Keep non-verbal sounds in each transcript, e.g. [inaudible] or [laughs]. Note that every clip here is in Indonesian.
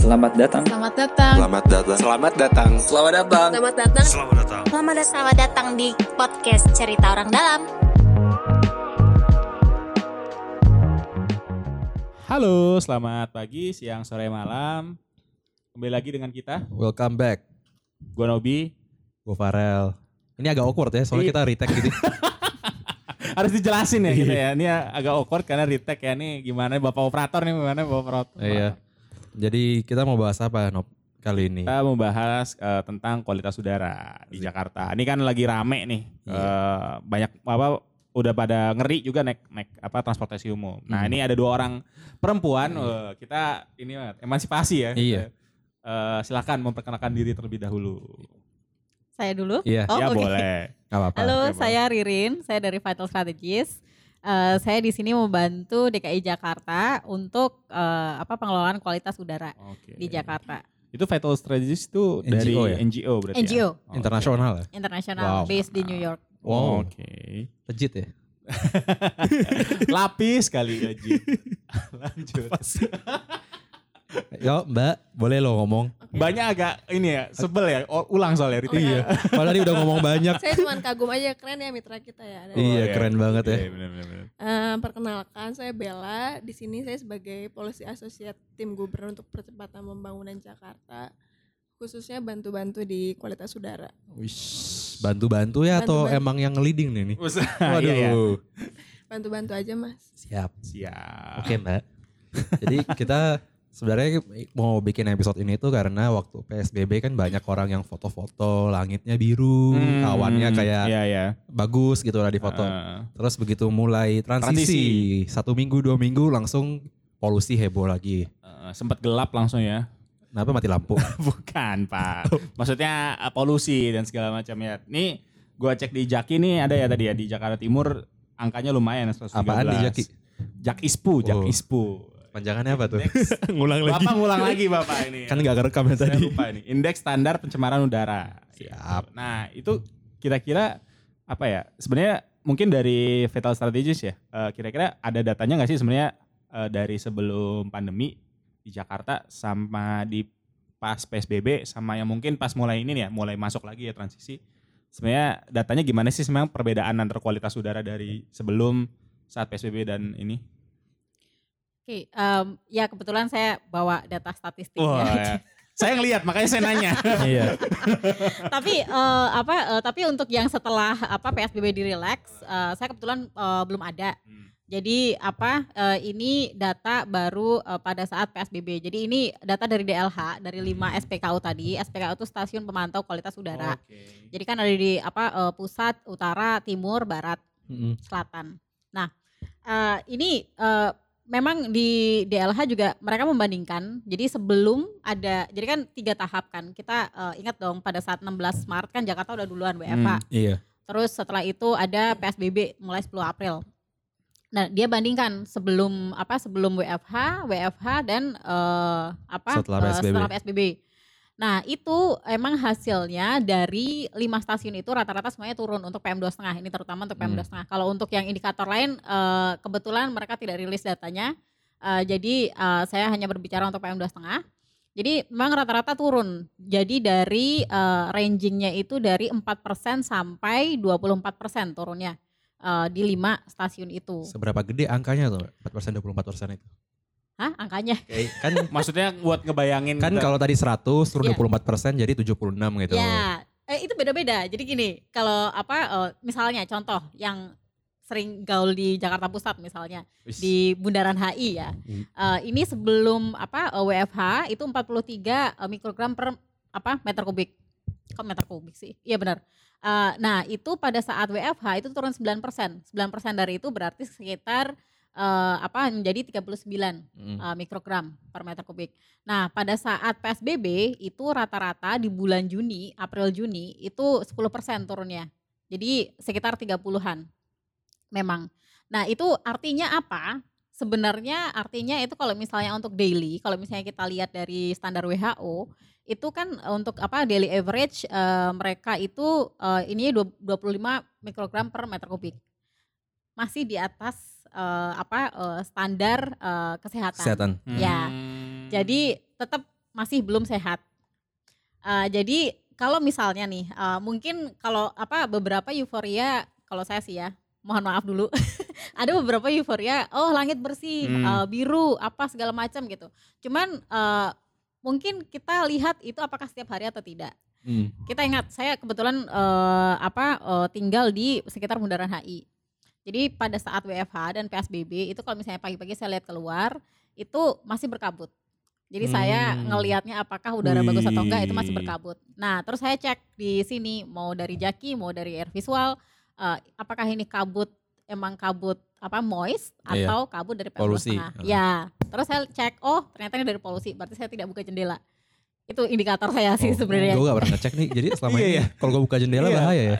Selamat datang. Selamat datang. Selamat datang. Selamat datang. Selamat datang. Selamat datang. Selamat datang. Selamat datang. Selamat datang di podcast Cerita Orang Dalam. Halo, selamat pagi, siang, sore, malam. Kembali lagi dengan kita, Welcome back. gua Nobi. Gue Farel. Ini agak awkward ya, soalnya Iya. kita retake gitu. Harus dijelasin ya kita ya. [laughs] Ini agak awkward karena retake ya nih gimana Bapak operator nih gimana Bapak operator. [laughs] Iya. Jadi kita mau bahas apa Nob kali ini? Kita membahas eh, tentang kualitas udara di Jakarta. Ini kan lagi rame nih. Iya. Eh, banyak apa udah pada ngeri juga naik naik apa transportasi umum. Nah, Hmm. ini ada dua orang perempuan eh, kita ini banget, emansipasi ya. Iya. Eh, silakan memperkenalkan diri terlebih dahulu. Saya dulu. Iya, Oh, ya oke. boleh. nggak apa-apa. Halo, Oke, saya Ririn. Saya dari Vital Strategies. Eh, saya di sini membantu DKI Jakarta untuk eh, apa pengelolaan kualitas udara Oke. di Jakarta. Itu Vital Strategies itu dari NGO ya? NGO berarti. NGO Ya? Oh, Internasional ya? internasional Wow. based di New York. oke. Oh, Oke. Legit ya? Lapis kali ya, [laughs] Ji. Lanjut. Yo mbak, boleh lo ngomong. Banyak agak ini ya, sebel ya. O- Ulang soalnya Rita. Iya. [laughs] Padahal tadi udah ngomong [laughs] banyak. saya cuma kagum aja keren ya mitra kita ya. Dan, Iya, keren banget ya. Iya, bener, bener, bener. eh, perkenalkan saya Bella. Di sini saya sebagai policy associate tim gubernur untuk percepatan pembangunan Jakarta khususnya bantu-bantu di kualitas udara. Wish, bantu-bantu ya atau Bantu-bantu. emang yang [laughs] leading nih? nih? Waduh. Waduh. Bantu-bantu aja mas. Siap. Ah, iya, Siap. Oke mbak. Jadi kita sebenarnya mau bikin episode ini tuh karena waktu PSBB kan banyak orang yang foto-foto langitnya biru, Hmm, kawannya kayak Iya, iya. Eh, bagus gitu lah di foto. Heeh. Terus begitu mulai transisi, satu minggu dua minggu langsung polusi heboh lagi. Heeh, sempat eh, gelap langsung ya. [laughs] Kenapa mati lampu? Bukan, Pak. Oh. Maksudnya eh, polusi dan segala macam ya. Nih, gua cek di Jaki nih ada ya tadi ya di Jakarta Timur angkanya lumayan 113. Apaan di Jaki? Jakispu, Jakispu. Panjangannya Oh. apa tuh? [laughs] Indeks- Ngulang Bapak ngulang lagi Bapak ini. Kan gak kerekam ya Saya tadi. lupa ini. Indeks standar pencemaran udara. Siap. Nah, itu kira-kira apa ya? Sebenarnya mungkin dari Vital Strategies ya. eh, Kira-kira ada datanya nggak sih sebenarnya eh, dari sebelum pandemi di Jakarta sama di pas PSBB sama yang mungkin pas mulai ini nih ya, mulai masuk lagi ya transisi. Sebenarnya datanya gimana sih sebenarnya perbedaan antara kualitas udara dari sebelum saat PSBB dan ini? Oke, em, ya kebetulan saya bawa data [laughs] Wah, statistiknya. ya. saya ngelihat makanya saya [laughs] nanya. [laughs] Iya. tapi eh, apa? eh, tapi untuk yang setelah apa PSBB di relax, eh, saya kebetulan eh, belum ada. Jadi apa eh, ini data baru eh, pada saat PSBB. Jadi ini data dari DLH dari 5 SPKU tadi. SPKU itu stasiun pemantau kualitas Oh. udara. Jadi kan ada di apa eh, pusat, utara, timur, barat, Mm-mm. selatan. Nah, eh, ini eh, memang di DLH juga mereka membandingkan. Jadi sebelum ada jadi kan tiga tahap kan. Kita eh, ingat dong pada saat 16 Maret kan Jakarta udah duluan WFH. Iya. Terus setelah itu ada PSBB mulai 10 April. Nah, dia bandingkan sebelum apa sebelum WFH, WFH dan eh, apa Setelah eh, PSBB. setelah PSBB. Nah, itu emang hasilnya dari lima stasiun itu rata-rata semuanya turun untuk PM2,5. Ini terutama untuk Hmm. PM2,5. Kalau untuk yang indikator lain eh, kebetulan mereka tidak rilis datanya. Eh, jadi eh, saya hanya berbicara untuk PM2,5. Jadi memang rata-rata turun. Jadi dari eh, rangingnya itu dari 4% sampai 24% turunnya eh, di lima stasiun itu. Seberapa gede angkanya tuh? 4 persen, 24 persen itu. Hah, angkanya? Kan Maksudnya buat ngebayangin [laughs] kan kita- kalau tadi 100 turun Iya. 24 persen jadi 76 gitu. Ya, eh, itu beda-beda. Jadi gini, kalau apa eh, misalnya contoh yang sering gaul di Jakarta Pusat misalnya di Bundaran HI ya. Hmm. Eh, ini sebelum apa eh, WFH itu 43 eh, mikrogram per apa meter kubik. Kok meter kubik sih? Iya benar. Eh, nah, itu pada saat WFH itu turun 9%. 9% dari itu berarti sekitar eh, apa menjadi 39 Mm. uh, mikrogram per meter kubik. Nah, pada saat PSBB itu rata-rata di bulan Juni, April Juni itu 10% turunnya. Jadi sekitar 30-an. Memang. Nah, itu artinya apa? Sebenarnya artinya itu kalau misalnya untuk daily, kalau misalnya kita lihat dari standar WHO, itu kan untuk apa daily average eh, mereka itu ini 25 mikrogram per meter kubik. Masih di atas eh, apa eh, standar eh, kesehatan. Hmm. Kesehatan. Ya. Jadi tetap masih belum sehat. Eh, jadi kalau misalnya nih, eh, mungkin kalau apa beberapa euforia, kalau saya sih ya, mohon maaf dulu, [laughs] ada beberapa euforia, oh langit bersih, Hmm. eh, biru, apa segala macam gitu. Cuman eh, mungkin kita lihat itu apakah setiap hari atau tidak Hmm. kita ingat saya kebetulan eh, apa eh, tinggal di sekitar Bundaran HI. Jadi pada saat WFH dan PSBB itu kalau misalnya pagi-pagi saya lihat keluar itu masih berkabut. Jadi saya Hmm. ngelihatnya apakah udara bagus atau enggak itu masih Wih. berkabut. Nah, terus saya cek di sini mau dari Jaki, mau dari Air Visual eh, apakah ini kabut emang kabut apa moist Iya. atau kabut dari PM Polusi. Hmm. Heeh. Ya, terus saya cek oh ternyata ini dari polusi, berarti saya tidak buka jendela. Itu indikator saya Oh, sih sebenarnya. Gue gak pernah ngecek nih. Jadi selama Iya, ini iya. kalau gue buka jendela Iya. bahaya ya.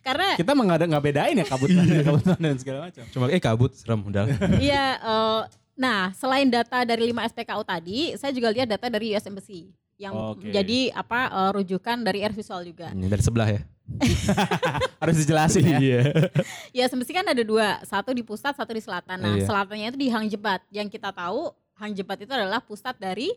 Karena Kita mah nggak ada- nggak bedain ya kabut mana, kabut mana dan segala macam. Cuma eh kabut serem udah. Iya, eh, nah selain data dari 5 SPKU tadi, saya juga lihat data dari US Embassy yang Oke. jadi apa eh, rujukan dari Air Visual juga. Hmm, dari sebelah ya. Harus dijelasin ya. [laughs] US Embassy kan ada dua, satu di pusat, satu di selatan. Nah, Iya. selatannya itu di Hang Jebat. Yang kita tahu Hang Jebat itu adalah pusat dari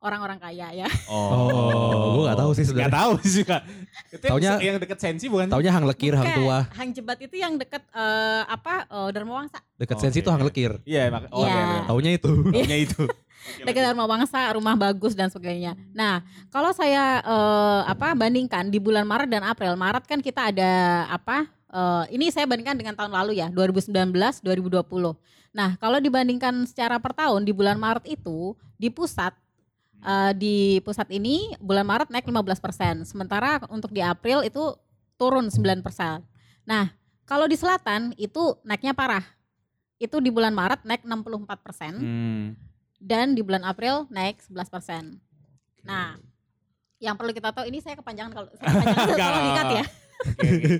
orang-orang kaya ya. Oh, gua nggak tahu sih sebenarnya. Nggak tahu sih kak. Itu yang- Taunya- yang deket sensi bukan? sih? Hmm. Taunya hang lekir, hang Bukan, tua. Hang Jebat itu yang dekat eh, apa eh, Dharma Wangsa. Dekat Oke. sensi tuh hang lekir. Iya, mak- oh, Iya. iya, iya. Taunya itu. Taunya [laughs] itu. Iya, dekat rumah bangsa, rumah bagus dan sebagainya. Nah, kalau saya eh, apa bandingkan di bulan Maret dan April, Maret kan kita ada apa? eh, ini saya bandingkan dengan tahun lalu ya, 2019, 2020. Nah, kalau dibandingkan secara per tahun di bulan Maret itu di pusat eh, di pusat ini bulan Maret naik 15%, sementara untuk di April itu turun 9%. Nah, kalau di selatan itu naiknya parah. Itu di bulan Maret naik 64 Hmm. dan di bulan April naik 11 Nah, yang perlu kita tahu ini saya kepanjangan kalau [laughs] saya kepanjangan Hmm. Enggak, kalau dikat ya. Oke, oke.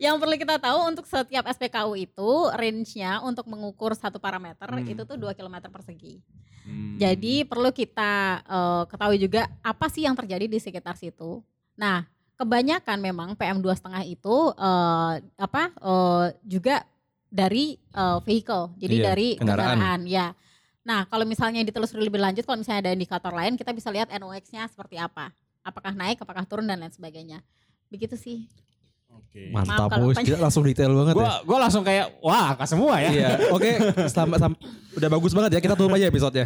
Yang perlu kita tahu untuk setiap SPKU itu range-nya untuk mengukur satu parameter Hmm. itu tuh 2 km persegi. Hmm. [laughs] Jadi perlu kita eh, ketahui juga apa sih yang terjadi di sekitar situ. Nah, kebanyakan memang PM 2,5 itu eh, apa eh, juga dari eh, vehicle, jadi Iya, dari kendaraan. kendaraan. ya. Nah, kalau misalnya ditelusuri lebih lanjut, kalau misalnya ada indikator lain, kita bisa lihat NOx-nya seperti apa, apakah naik, apakah turun dan lain sebagainya. Begitu sih. Oke. Mantap Maaf kalau bos. tanya- Kita langsung detail banget ya. Gua gua langsung kayak wah, kak semua [laughs] ya. Iya, oke. Selamat, sam- udah bagus banget ya kita tutup aja episodenya.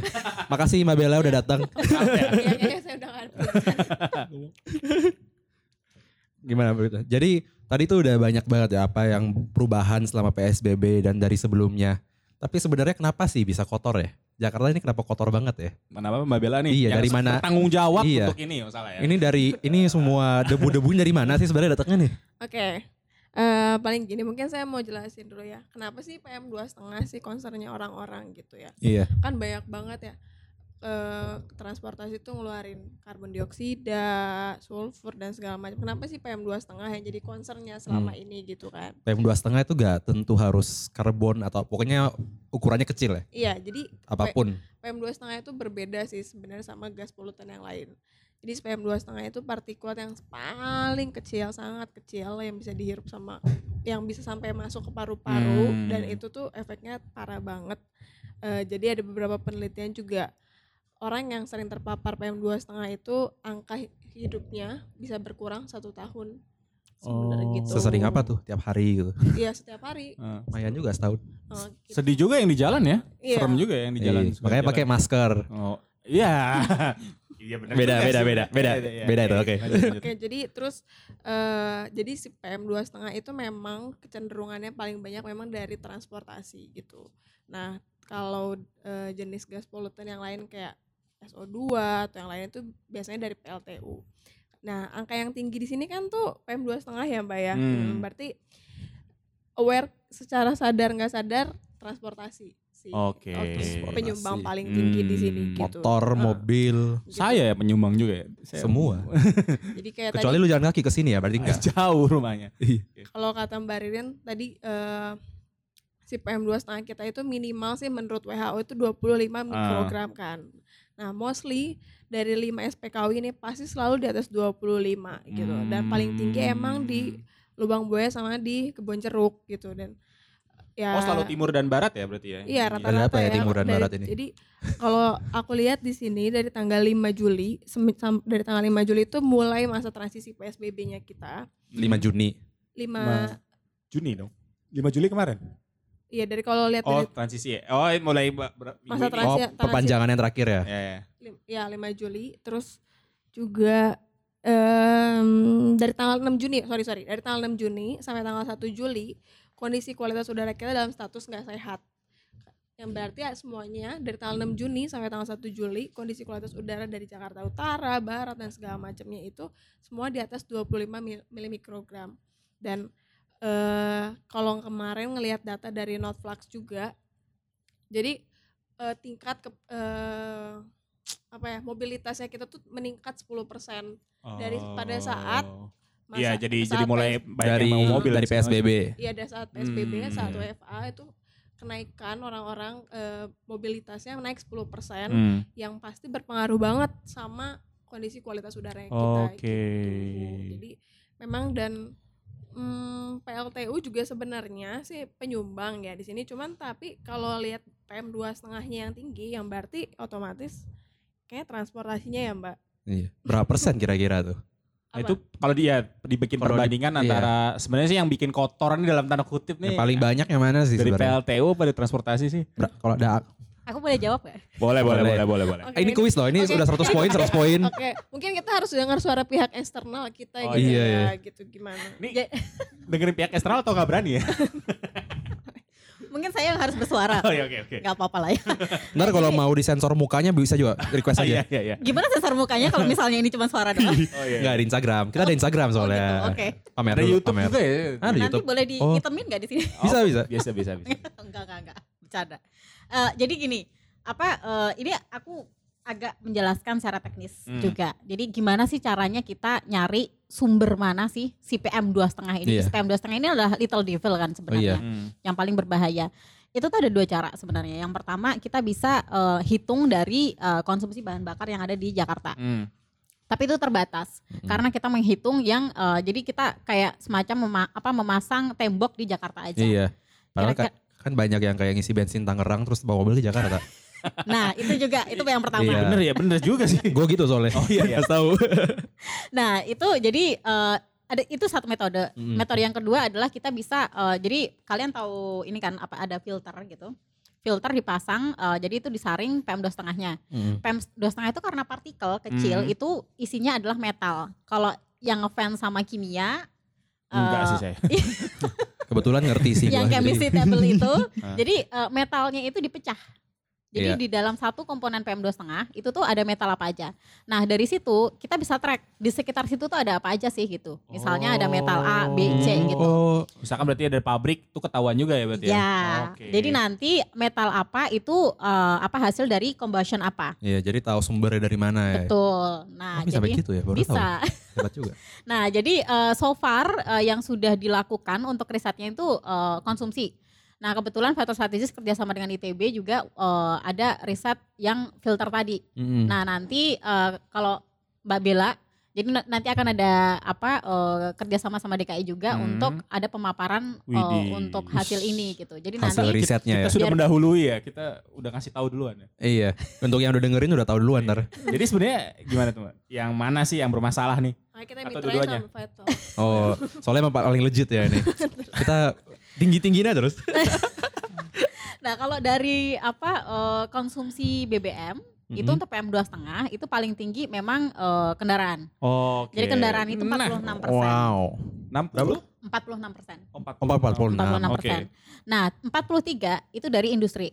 Makasih Mbak Bella udah datang. ya. [laughs] Iya, kayaknya saya udah nggak ada pekerjaan. Gimana berita? Jadi tadi tuh udah banyak banget ya apa yang perubahan selama PSBB dan dari sebelumnya. Tapi sebenarnya kenapa sih bisa kotor ya? Jakarta ini kenapa kotor banget ya? Mana apa Mbak Bella nih? Iya, yang dari se- mana? Tanggung jawab Iya. untuk ini masalah ya. Ini dari ini semua debu-debunya dari mana sih sebenarnya datangnya nih? Oke. Eh, paling gini mungkin saya mau jelasin dulu ya. Kenapa sih PM 2,5 sih concernnya orang-orang gitu ya? Iya. Kan banyak banget ya. eh, transportasi itu ngeluarin karbon dioksida, sulfur dan segala macam. Kenapa sih PM 2,5 yang jadi concernnya selama ini gitu kan? PM 2,5 itu gak tentu harus karbon atau pokoknya ukurannya kecil ya, Iya, jadi apapun. PM2,5 itu berbeda sih sebenarnya sama gas polutan yang lain. Jadi PM2,5 itu partikulat yang paling kecil, sangat kecil yang bisa dihirup sama yang bisa sampai masuk ke paru-paru Hmm. dan itu tuh efeknya parah banget. Eh, jadi ada beberapa penelitian juga orang yang sering terpapar PM2,5 itu angka hi- hidupnya bisa berkurang satu tahun. Sebenarnya Oh. gitu. Sesering apa tuh tiap hari gitu. Iya, setiap hari. Eh, Lumayan juga setahun. Eh, gitu. sedih juga yang di jalan ya. Iya. Serem juga ya yang di Iya, jalan. makanya pakai masker. Oh, iya. [laughs] Iya benar. Beda, juga sih. beda, Iya, beda, beda. Beda itu, oke. Lanjut, lanjut. Oke, jadi terus eh jadi si PM 2,5 itu memang kecenderungannya paling banyak memang dari transportasi gitu. Nah, kalau eh, jenis gas polutan yang lain kayak SO2 atau yang lain itu biasanya dari PLTU. Nah, angka yang tinggi di sini kan tuh PM 2,5 ya, Mbak ya. Hmm. Berarti aware secara sadar nggak sadar transportasi sih. Oke. Transportasi. Penyumbang paling tinggi di sini Hmm. gitu. Motor, Heeh, mobil, gitu. Saya ya penyumbang juga ya. Saya- semua. Jadi kayak tadi Kecuali lu jalan kaki ke sini ya, berarti Oh, enggak. Jauh rumahnya. Iya. kalau kata Mbak Ririn tadi eh, si PM2,5 kita itu minimal sih menurut WHO itu 25 Ah. mikrogram kan. Nah, mostly dari 5 SPKW ini pasti selalu di atas 25 gitu. Hmm. Dan paling tinggi emang di Lubang Buaya sama di Kebon Ceruk gitu dan ya Oh selalu timur dan barat ya berarti ya? Iya Ini. Ada rata-rata apa ya timur dan Dari- barat ini? Jadi kalau aku lihat di sini dari tanggal 5 Juli sem- sam- dari tanggal 5 Juli itu mulai masa transisi PSBB-nya kita. 5 Juni. 5 Juni dong. 5 Juli kemarin. Iya dari kalau lihat Oh dari transisi ya? Oh mulai ba- ber- minggu masa ini. Oh, transi transisi perpanjangan yang terakhir ya. Ya, ya. lim- ya 5 Juli terus juga em, dari tanggal 6 Juni sorry sorry dari tanggal 6 Juni sampai tanggal 1 Juli kondisi kualitas udara kita dalam status nggak sehat yang berarti ya semuanya dari tanggal 6 Juni sampai tanggal 1 Juli kondisi kualitas udara dari Jakarta Utara, Barat dan segala macamnya itu semua di atas 25 mil- milimikrogram dan eh, kalau kemarin ngelihat data dari Notflux juga jadi eh, tingkat ke, eh, apa ya mobilitasnya kita tuh meningkat 10% Dari- pada saat masa- Iya jadi saat jadi mulai PS banyak Dari yang mau mobil dari PSBB. iya ada saat PSBB Hmm, saat iya. WFA itu kenaikan orang-orang eh, mobilitasnya naik 10% Hmm. yang pasti berpengaruh banget sama kondisi kualitas udara yang kita Oke. gitu. Jadi memang dan mm, PLTU juga sebenarnya sih penyumbang ya di sini cuman tapi kalau lihat E PM 2,5 setengahnya yang tinggi yang berarti otomatis kayak transportasinya ya Mbak. Iya. Berapa persen kira-kira tuh? Nah, itu kalau dia dibikin Kalau di- iya. perbandingan antara sebenarnya sih yang bikin kotoran ini dalam tanda kutip nih ah. Yang paling banyak yang mana sih dari sebenarnya? PLTU pada transportasi sih. Ber- Kalau ada Aku boleh jawab gak? Boleh boleh Boleh. boleh boleh boleh. Oke, Eh, ini kuis loh, ini oke. sudah 100 poin, 100 poin. Oke, mungkin kita harus dengar suara pihak eksternal kita Oh, gitu iya, ya, gitu gimana. Nih dengerin pihak eksternal atau gak [laughs] berani ya? Mungkin saya yang harus [laughs] bersuara. Oh, iya, Oke oke oke. Gak apa-apa lah ya. Ntar kalau mau disensor mukanya bisa juga request Ah, [laughs] Iya aja. iya iya. Gimana sensor mukanya kalau misalnya ini cuma suara doang? Oh iya. Enggak ada Instagram. Kita ada Instagram Oh soalnya. gitu, oke. Pamer Ada dulu, YouTube pamer. juga ya. Ada Nanti YouTube. boleh Oh. dihitamin gak di sini? Bisa bisa. Biasa biasa [laughs] biasa. enggak enggak enggak bercanda Eh, jadi gini apa eh, ini aku agak menjelaskan secara teknis Hmm. juga jadi gimana sih caranya kita nyari sumber mana sih si PM dua setengah ini Iya. Oh, si PM dua setengah ini adalah little devil kan sebenarnya Hmm. yang paling berbahaya itu tuh ada dua cara sebenarnya yang pertama kita bisa eh, hitung dari eh, konsumsi bahan bakar yang ada di Jakarta Hmm. tapi itu terbatas Hmm. karena kita menghitung yang eh, jadi kita kayak semacam mema- apa memasang tembok di Jakarta aja Iya. Padahal kan, Kira-kira- kan banyak yang kayak ngisi bensin Tangerang terus bawa mobil ke Jakarta. nah itu juga itu yang pertama [laughs] Iya. Bener ya bener juga [laughs] sih. Gue gitu soalnya. Oh iya iya. Kasih tahu. Nah, itu jadi eh, ada itu satu metode. Hmm. Mm. Metode yang kedua adalah kita bisa eh, jadi kalian tahu ini kan apa ada filter gitu. Filter dipasang eh, jadi itu disaring PM2,5-nya. E Mm. PM2,5 itu karena partikel kecil Hmm. itu isinya adalah metal. Kalau yang ngefans sama kimia eh, Enggak sih saya. Kebetulan ngerti sih yang gua. chemistry table [laughs] itu. Ah. jadi eh, metalnya itu dipecah. Jadi Iya. di dalam satu komponen PM2,5 itu tuh ada metal apa aja. Nah dari situ kita bisa track di sekitar situ tuh ada apa aja sih gitu. Misalnya ada metal A, B, C Hmm, gitu. Oh, Misalkan berarti ada pabrik tuh ketahuan juga ya berarti ya. Ya, Oke. jadi nanti metal apa itu eh, apa hasil dari combustion apa? iya jadi tahu sumbernya dari mana ya. Betul. Oh, Nah, bisa sampai jadi gitu ya, baru bisa. tahu. Hebat juga. Nah, jadi eh, so far eh, yang sudah dilakukan untuk risetnya itu eh, konsumsi. Nah, kebetulan Factor Strategis kerjasama dengan ITB juga eh, ada riset yang filter tadi. Hmm. Mm. Nah, nanti eh, kalau Mbak Bella, jadi na- nanti akan ada apa eh, kerjasama sama DKI juga Hmm. untuk ada pemaparan eh, Widih. untuk hasil ini gitu. Jadi Hasil nanti risetnya Kita ya. sudah Biar- mendahului ya. Kita udah ngasih tahu duluan [laughs] ya. Iya. Untuk yang udah dengerin udah tahu duluan ntar. Jadi sebenarnya gimana tuh, Mbak? Yang mana sih yang bermasalah nih? Nah, kita Atau mitranya dua-duanya? sama Vital. Oh, soalnya emang paling legit ya ini. Kita tinggi-tingginya terus. nah kalau dari apa eh, konsumsi BBM Hmm. itu Mm-mm. untuk PM2,5 itu paling tinggi memang eh, kendaraan. Oke. Jadi kendaraan itu 46%. Nah, Wow. 60? 46 persen. Oh, 46. 46 Oke. persen. Nah, 43 itu dari industri.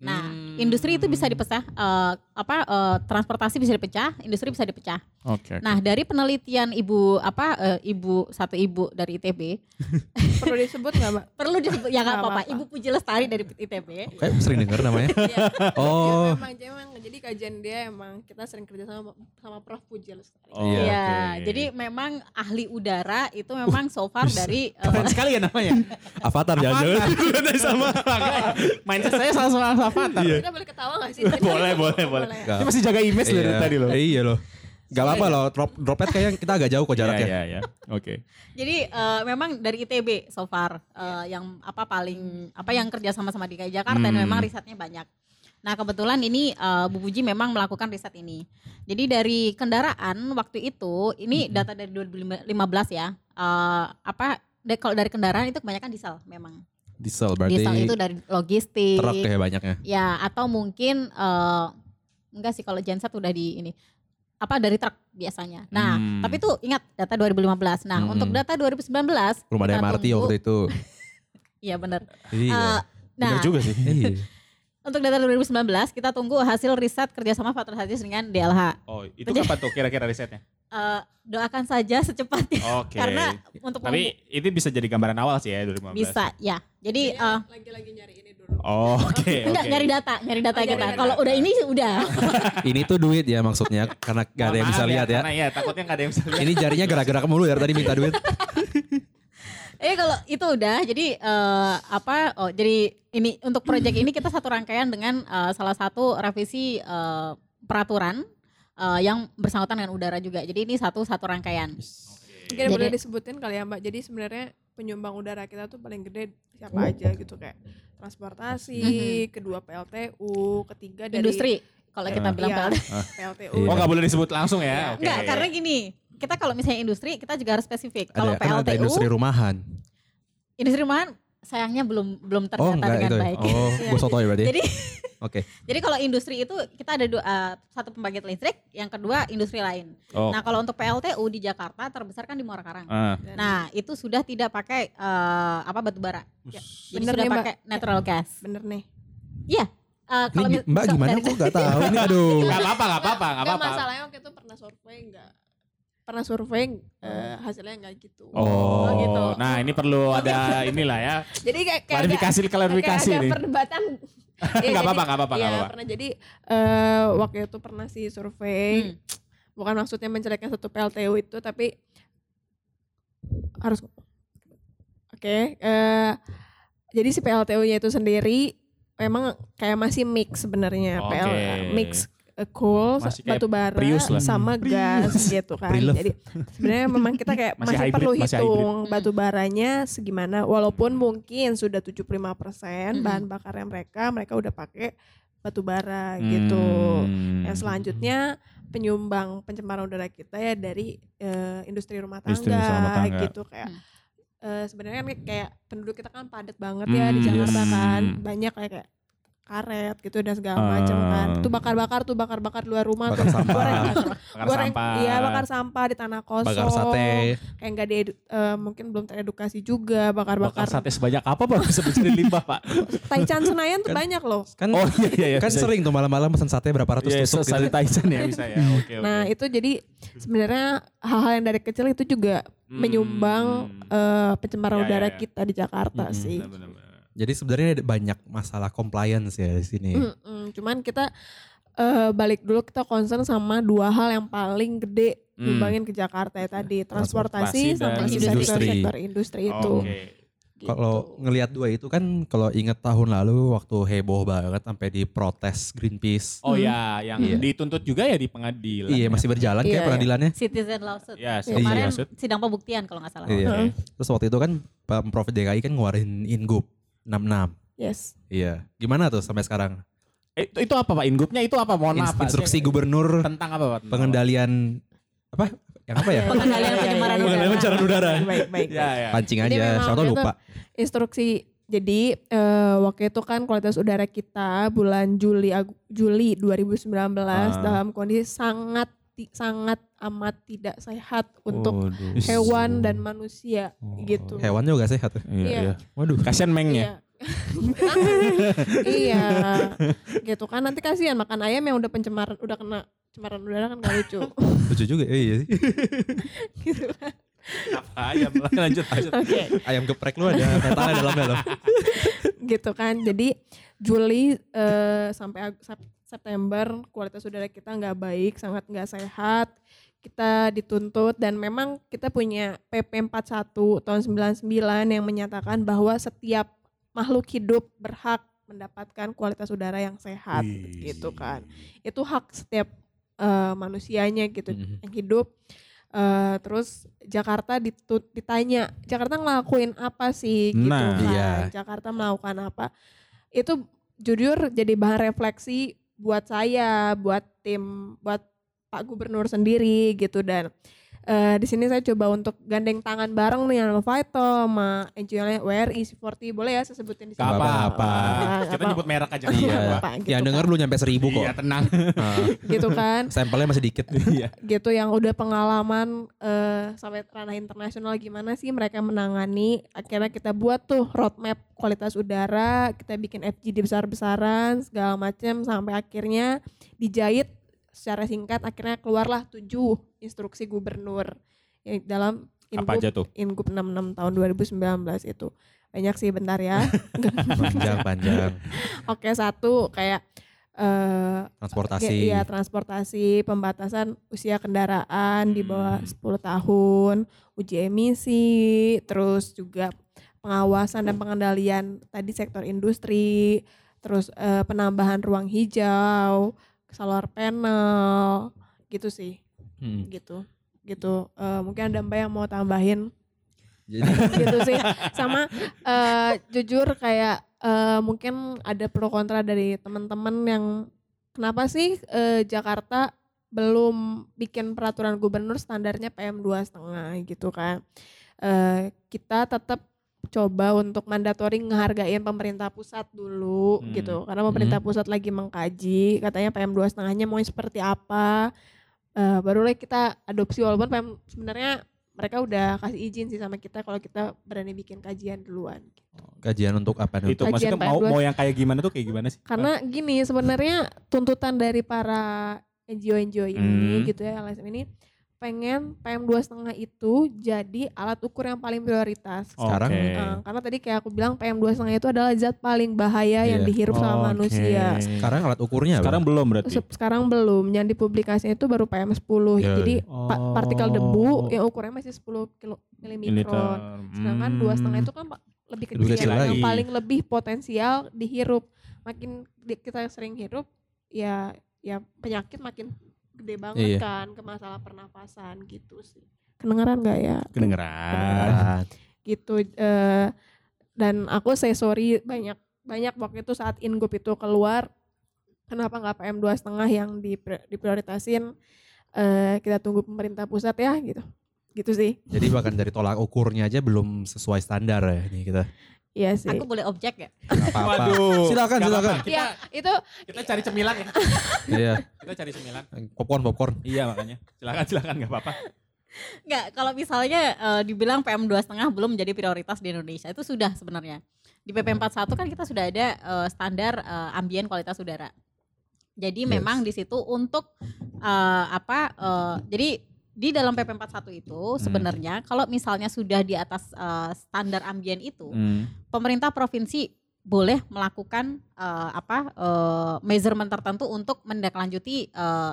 Nah, Hmm. industri itu bisa dipecah, eh, apa eh, transportasi bisa dipecah, industri bisa dipecah. Oke. Nah, dari penelitian ibu apa eh, ibu satu ibu dari ITB Perlu disebut nggak Mbak? perlu disebut ya nggak Nggak apa-apa, apa-apa. ibu Puji Lestari dari ITB. Kayak sering denger namanya. Iya. Oh. Dia memang, dia memang, jadi kajian dia emang kita sering kerja sama sama Prof Puji Lestari. Oh, Iya, oke. jadi memang ahli udara itu memang so far dari eh, Keren sekali ya [laughs] namanya. Avatar jangan-jangan. sama [laughs] Iya. Mindset saya salah salah avatar. Kita boleh ketawa nggak sih? Boleh, boleh, boleh. Dia masih jaga image loh dari Iya. tadi loh. Iya loh. Gak lama loh, drop, droplet kayaknya kita agak jauh kok jaraknya. Iya, iya, iya. Oke. Jadi eh, memang dari ITB so far eh, yang apa paling apa yang kerja sama-sama di DKI Jakarta dan Hmm. memang risetnya banyak. Nah kebetulan ini eh, Bu Puji memang melakukan riset ini. Jadi dari kendaraan waktu itu ini Hmm. data dari 2015 ya eh, apa de- kalau dari kendaraan itu kebanyakan diesel memang. Diesel berarti diesel itu dari logistik. truk ya banyaknya. Ya atau mungkin eh, enggak sih kalau genset udah di ini apa dari truk biasanya. Nah Hmm. tapi tuh ingat data 2015. Nah Hmm. untuk data 2019 Belum ada kita MRT tunggu. waktu itu. Iya benar. Iya. Eh, nah Bener juga sih. Iya. untuk data 2019 kita tunggu hasil riset kerjasama Fatur Hadis dengan DLH. Oh, itu kapan tuh kira-kira risetnya? Eh, doakan saja secepatnya Oke. [laughs] karena untuk Tapi itu bisa jadi gambaran awal sih ya 2015. pengumum- bisa ya. Jadi Jadi, eh lagi-lagi nyari ini dulu. Oh, oke. oke. enggak nyari data, nyari data Oh, nyari kita. data. Kalau udah ini sih udah. [laughs] Ini tuh duit ya maksudnya karena gak ada yang Mohon bisa maaf lihat ya. Karena ya takutnya gak ada yang bisa lihat. Ini jarinya gerak-gerak mulu ya tadi minta duit. Eh kalau itu udah, jadi eh, apa? Oh, jadi ini untuk proyek ini kita satu rangkaian dengan eh, salah satu revisi eh, peraturan eh, yang bersangkutan dengan udara juga. Jadi ini satu satu rangkaian. Mungkin Jadi- boleh disebutin kali ya Mbak. Jadi sebenarnya penyumbang udara kita tuh paling gede siapa Oh. aja gitu kayak transportasi, kedua PLTU, ketiga dari Industri kalau kita Iya. bilang Iya, PLT. PLTU. Oh, gak boleh disebut langsung ya. Oke. Ah. Enggak, karena gini, kita kalau misalnya industri kita juga harus spesifik. Kalau Ada, kan ada PLTU, industri rumahan. industri rumahan sayangnya belum belum ternyata Oh enggak dengan itu. ya. baik. Oh Iya. gue soto ya berarti. Jadi Oke. jadi kalau industri itu kita ada dua, eh, satu pembangkit listrik, yang kedua industri lain. Oh. Nah, kalau untuk PLTU di Jakarta terbesar kan di Muara Karang. Ah. Dan- Nah, itu sudah tidak pakai eh, apa batu bara. Ya, Jadi bener sudah nih, Mbak. pakai natural gas. bener nih. Eh, Ini mis- Mbak misal gimana dari- kok gak tahu ini aduh. Gak apa-apa, gak apa-apa, gak Enggak, apa-apa. masalahnya waktu itu pernah survei enggak? Pernah survei eh, hasilnya enggak gitu. Oh, Oh, gitu. nah ini perlu ada inilah ya. Jadi kayak kayak agak- Klarifikasi, klarifikasi Kayak ada nih. [laughs] perdebatan. Iya, Gak apa-apa, jadi- gak apa-apa, iya, gak apa-apa. pernah jadi eh, waktu itu pernah sih survei. Hmm. Bukan maksudnya menjelekkan satu PLTU itu tapi harus Oke, eh, jadi si PLTU-nya itu sendiri memang kayak masih mix sebenarnya, Oke. PL mix eh, coal, Masih kayak batu bara Prius lah. sama gas gitu kan. Prilev. Jadi sebenarnya memang kita kayak [laughs] Masih masih, hybrid, perlu masih hitung hybrid. batu baranya segimana walaupun mungkin sudah 75% Mm-mm. bahan bakarnya mereka mereka udah pakai batu bara gitu. Hmm. Yang selanjutnya penyumbang pencemaran udara kita ya dari eh, industri rumah tangga, Industri rumah tangga. gitu kayak Hmm. eh, sebenarnya kan kayak penduduk kita kan padat banget ya di Hmm, Jakarta yes. kan banyak kayak, kayak karet gitu dan segala Ah. macam kan. Tuh bakar-bakar tuh bakar-bakar luar rumah Bakar tuh. sampah. Bakar goreng- sampah. Iya, bakar sampah di tanah kosong. Bakar sate. Kayak nggak di mungkin belum teredukasi juga Bakar bakar-bakar. sate sebanyak apa Pak? Bisa menjadi limbah, [laughs] Pak. Taichan Senayan tuh banyak loh. Kan Oh, iya, iya, iya. Kan Bisa. sering tuh malam-malam pesan sate berapa ratus Iya, tusuk gitu. sanitizen [laughs] ya bisa ya. Oke, oke. Nah, itu jadi sebenarnya hal-hal yang dari kecil itu juga Hmm. menyumbang eh, Ya, pencemaran ya, udara ya. kita di Jakarta Mm-mm. sih. Benar-benar. Jadi sebenarnya ada banyak masalah compliance ya di sini. Mm-mm, Cuman kita eh, balik dulu kita concern sama dua hal yang paling gede Hmm. nyumbangin ke Jakarta ya tadi Transportasi transportasi, sama dan Oh, industri. sektor-sektor industri itu. Oke. Gitu. Kalau ngelihat dua itu kan kalau inget tahun lalu waktu heboh banget sampai diprotes Greenpeace. Hmm. Oh ya, yang Iya. dituntut juga ya di pengadilan. Iya masih berjalan Iya, kayak iya. pengadilannya. Citizen lawsuit. Ya, Iya. kemarin Kemarin sidang pembuktian kalau nggak salah. Iya. Oke. Terus waktu itu kan Pemprov DKI kan ngeluarin Ingup 66. Yes. Iya. Gimana tuh sampai sekarang? Eh, Itu, itu apa Pak? Ingupnya itu apa? Mohon maaf Ins- Pak. Instruksi Saya- gubernur Tentang apa Pak? Tentang pengendalian apa? Yang apa ya? Pengendalian pencemaran Iya, iya, iya. udara. Pengendalian udara. Baik, apa? baik. Ya, baik. ya. Pancing Jadi aja. memang Siapa tahu itu- lupa. Instruksi jadi eh, waktu itu kan kualitas udara kita bulan Juli Agu- Juli 2019 Ah. dalam kondisi sangat ti- sangat amat tidak sehat untuk Waduh. hewan dan manusia Oh. gitu. Hewan juga sehat. Iya, Iya. iya. Waduh. Kasihan ya? mengnya. Iya. [laughs] iya. Gitu kan nanti kasihan makan ayam yang udah pencemaran udah kena pencemaran udara kan gak lucu. [laughs] Lucu juga. Eh, Iya. sih. gitu kan. Apa ya? Lanjut, lanjut. Oke. [laughs] Ayam geprek lu ada metalnya dalamnya loh. [laughs] gitu kan jadi Juli eh, sampai Ag- Sep- September kualitas udara kita nggak baik sangat nggak sehat kita dituntut dan memang kita punya PP 41 tahun 99 yang menyatakan bahwa setiap makhluk hidup Gitu kan. berhak mendapatkan kualitas udara yang sehat gitu kan itu hak setiap eh, manusianya gitu Mm-hmm. Mhm. yang hidup. Eh, terus Jakarta ditut- ditanya, Jakarta ngelakuin apa sih gitu Nah. kan? Iya. Jakarta melakukan apa? Itu jujur jadi bahan refleksi buat saya, buat tim, buat Pak Gubernur sendiri gitu dan eh, di sini saya coba untuk gandeng tangan bareng nih sama Vito sama NGO-nya WRI C40 boleh ya saya sebutin di sini. Gak apa-apa. Kita nyebut merek aja. Iya. nggak apa-apa. Pak, gitu yang kan. denger belum nyampe seribu kok. Iya tenang. Nah, gitu kan. sampelnya masih dikit. Iya. gitu yang udah pengalaman eh, sampai ranah internasional gimana sih mereka menangani akhirnya kita buat tuh roadmap kualitas udara kita bikin FGD besar-besaran segala macam sampai akhirnya dijahit secara singkat akhirnya keluarlah tujuh instruksi gubernur ya, dalam Apa Ingup, aja tuh? Ingup 66 tahun 2019 itu banyak sih bentar [laughs] ya Panjang-panjang. oke satu kayak eh Transportasi. Iya, transportasi, pembatasan usia kendaraan di Hmm. bawah 10 tahun, uji emisi, terus juga pengawasan dan pengendalian tadi sektor industri, terus eh, penambahan ruang hijau, solar panel, gitu sih, Hmm. gitu. Gitu. Eh, mungkin ada Mbak yang mau tambahin Jadi [laughs] gitu sih sama eh, jujur kayak eh, mungkin ada pro kontra dari teman-teman yang kenapa sih eh, Jakarta belum bikin peraturan gubernur standarnya PM 2,5 gitu kan Eh, kita tetap coba untuk mandatory ngehargain pemerintah pusat dulu Hmm. gitu karena pemerintah pusat lagi mengkaji katanya PM 2,5-nya mau seperti apa Eh, barulah kita adopsi walaupun PM sebenarnya mereka udah kasih izin sih sama kita kalau kita berani bikin kajian duluan. kajian untuk apa nih? Itu Kajian maksudnya Pak mau Edward. mau yang kayak gimana tuh kayak gimana sih? Karena gini sebenarnya tuntutan dari para NGO-NGO ini Hmm. gitu ya LSM ini pengen PM dua setengah itu jadi alat ukur yang paling prioritas. Oke. sekarang, Eh, karena tadi kayak aku bilang PM dua setengah itu adalah zat paling bahaya yang Iya. dihirup Oke. sama manusia. Sekarang alat ukurnya Sekarang apa? belum berarti. Se- Sekarang belum, yang dipublikasinya itu baru PM 10. Ya, Jadi pa- partikel Oh. debu yang ukurannya masih 10 kilo Militer. milimikron. sedangkan hmm, dua setengah itu kan pa- lebih Hmm. Lebih kecil, kecil yang lagi. paling lebih potensial dihirup makin di- kita sering hirup ya ya penyakit makin gede banget Iya. kan ke masalah pernapasan gitu sih kedengeran nggak ya kedengeran. Ah, gitu eh, dan aku say sorry banyak banyak waktu itu saat ingup itu keluar kenapa nggak PM dua setengah yang dipri- diprioritasin eh, kita tunggu pemerintah pusat ya gitu gitu sih Jadi bahkan dari tolak ukurnya aja belum sesuai standar ya ini kita. iya sih Aku boleh objek ya? Gak apa-apa. Silakan, Gak silakan. apa-apa. Kita Iya, itu kita cari cemilan ya. Iya. Kita cari cemilan. Popcorn, popcorn. Iya makanya. Silakan silakan nggak apa-apa. Enggak, kalau misalnya eh, dibilang PM2,5 belum menjadi prioritas di Indonesia, itu sudah sebenarnya. Di PP41 kan kita sudah ada eh, standar eh, ambien kualitas udara. Jadi Yes. memang di situ untuk eh, apa eh, jadi di dalam PP41 itu sebenarnya kalau misalnya sudah di atas eh, standar ambien itu, gitu. Hmm. pemerintah provinsi boleh melakukan eh, apa eh, measurement tertentu untuk mendaklanjuti eh,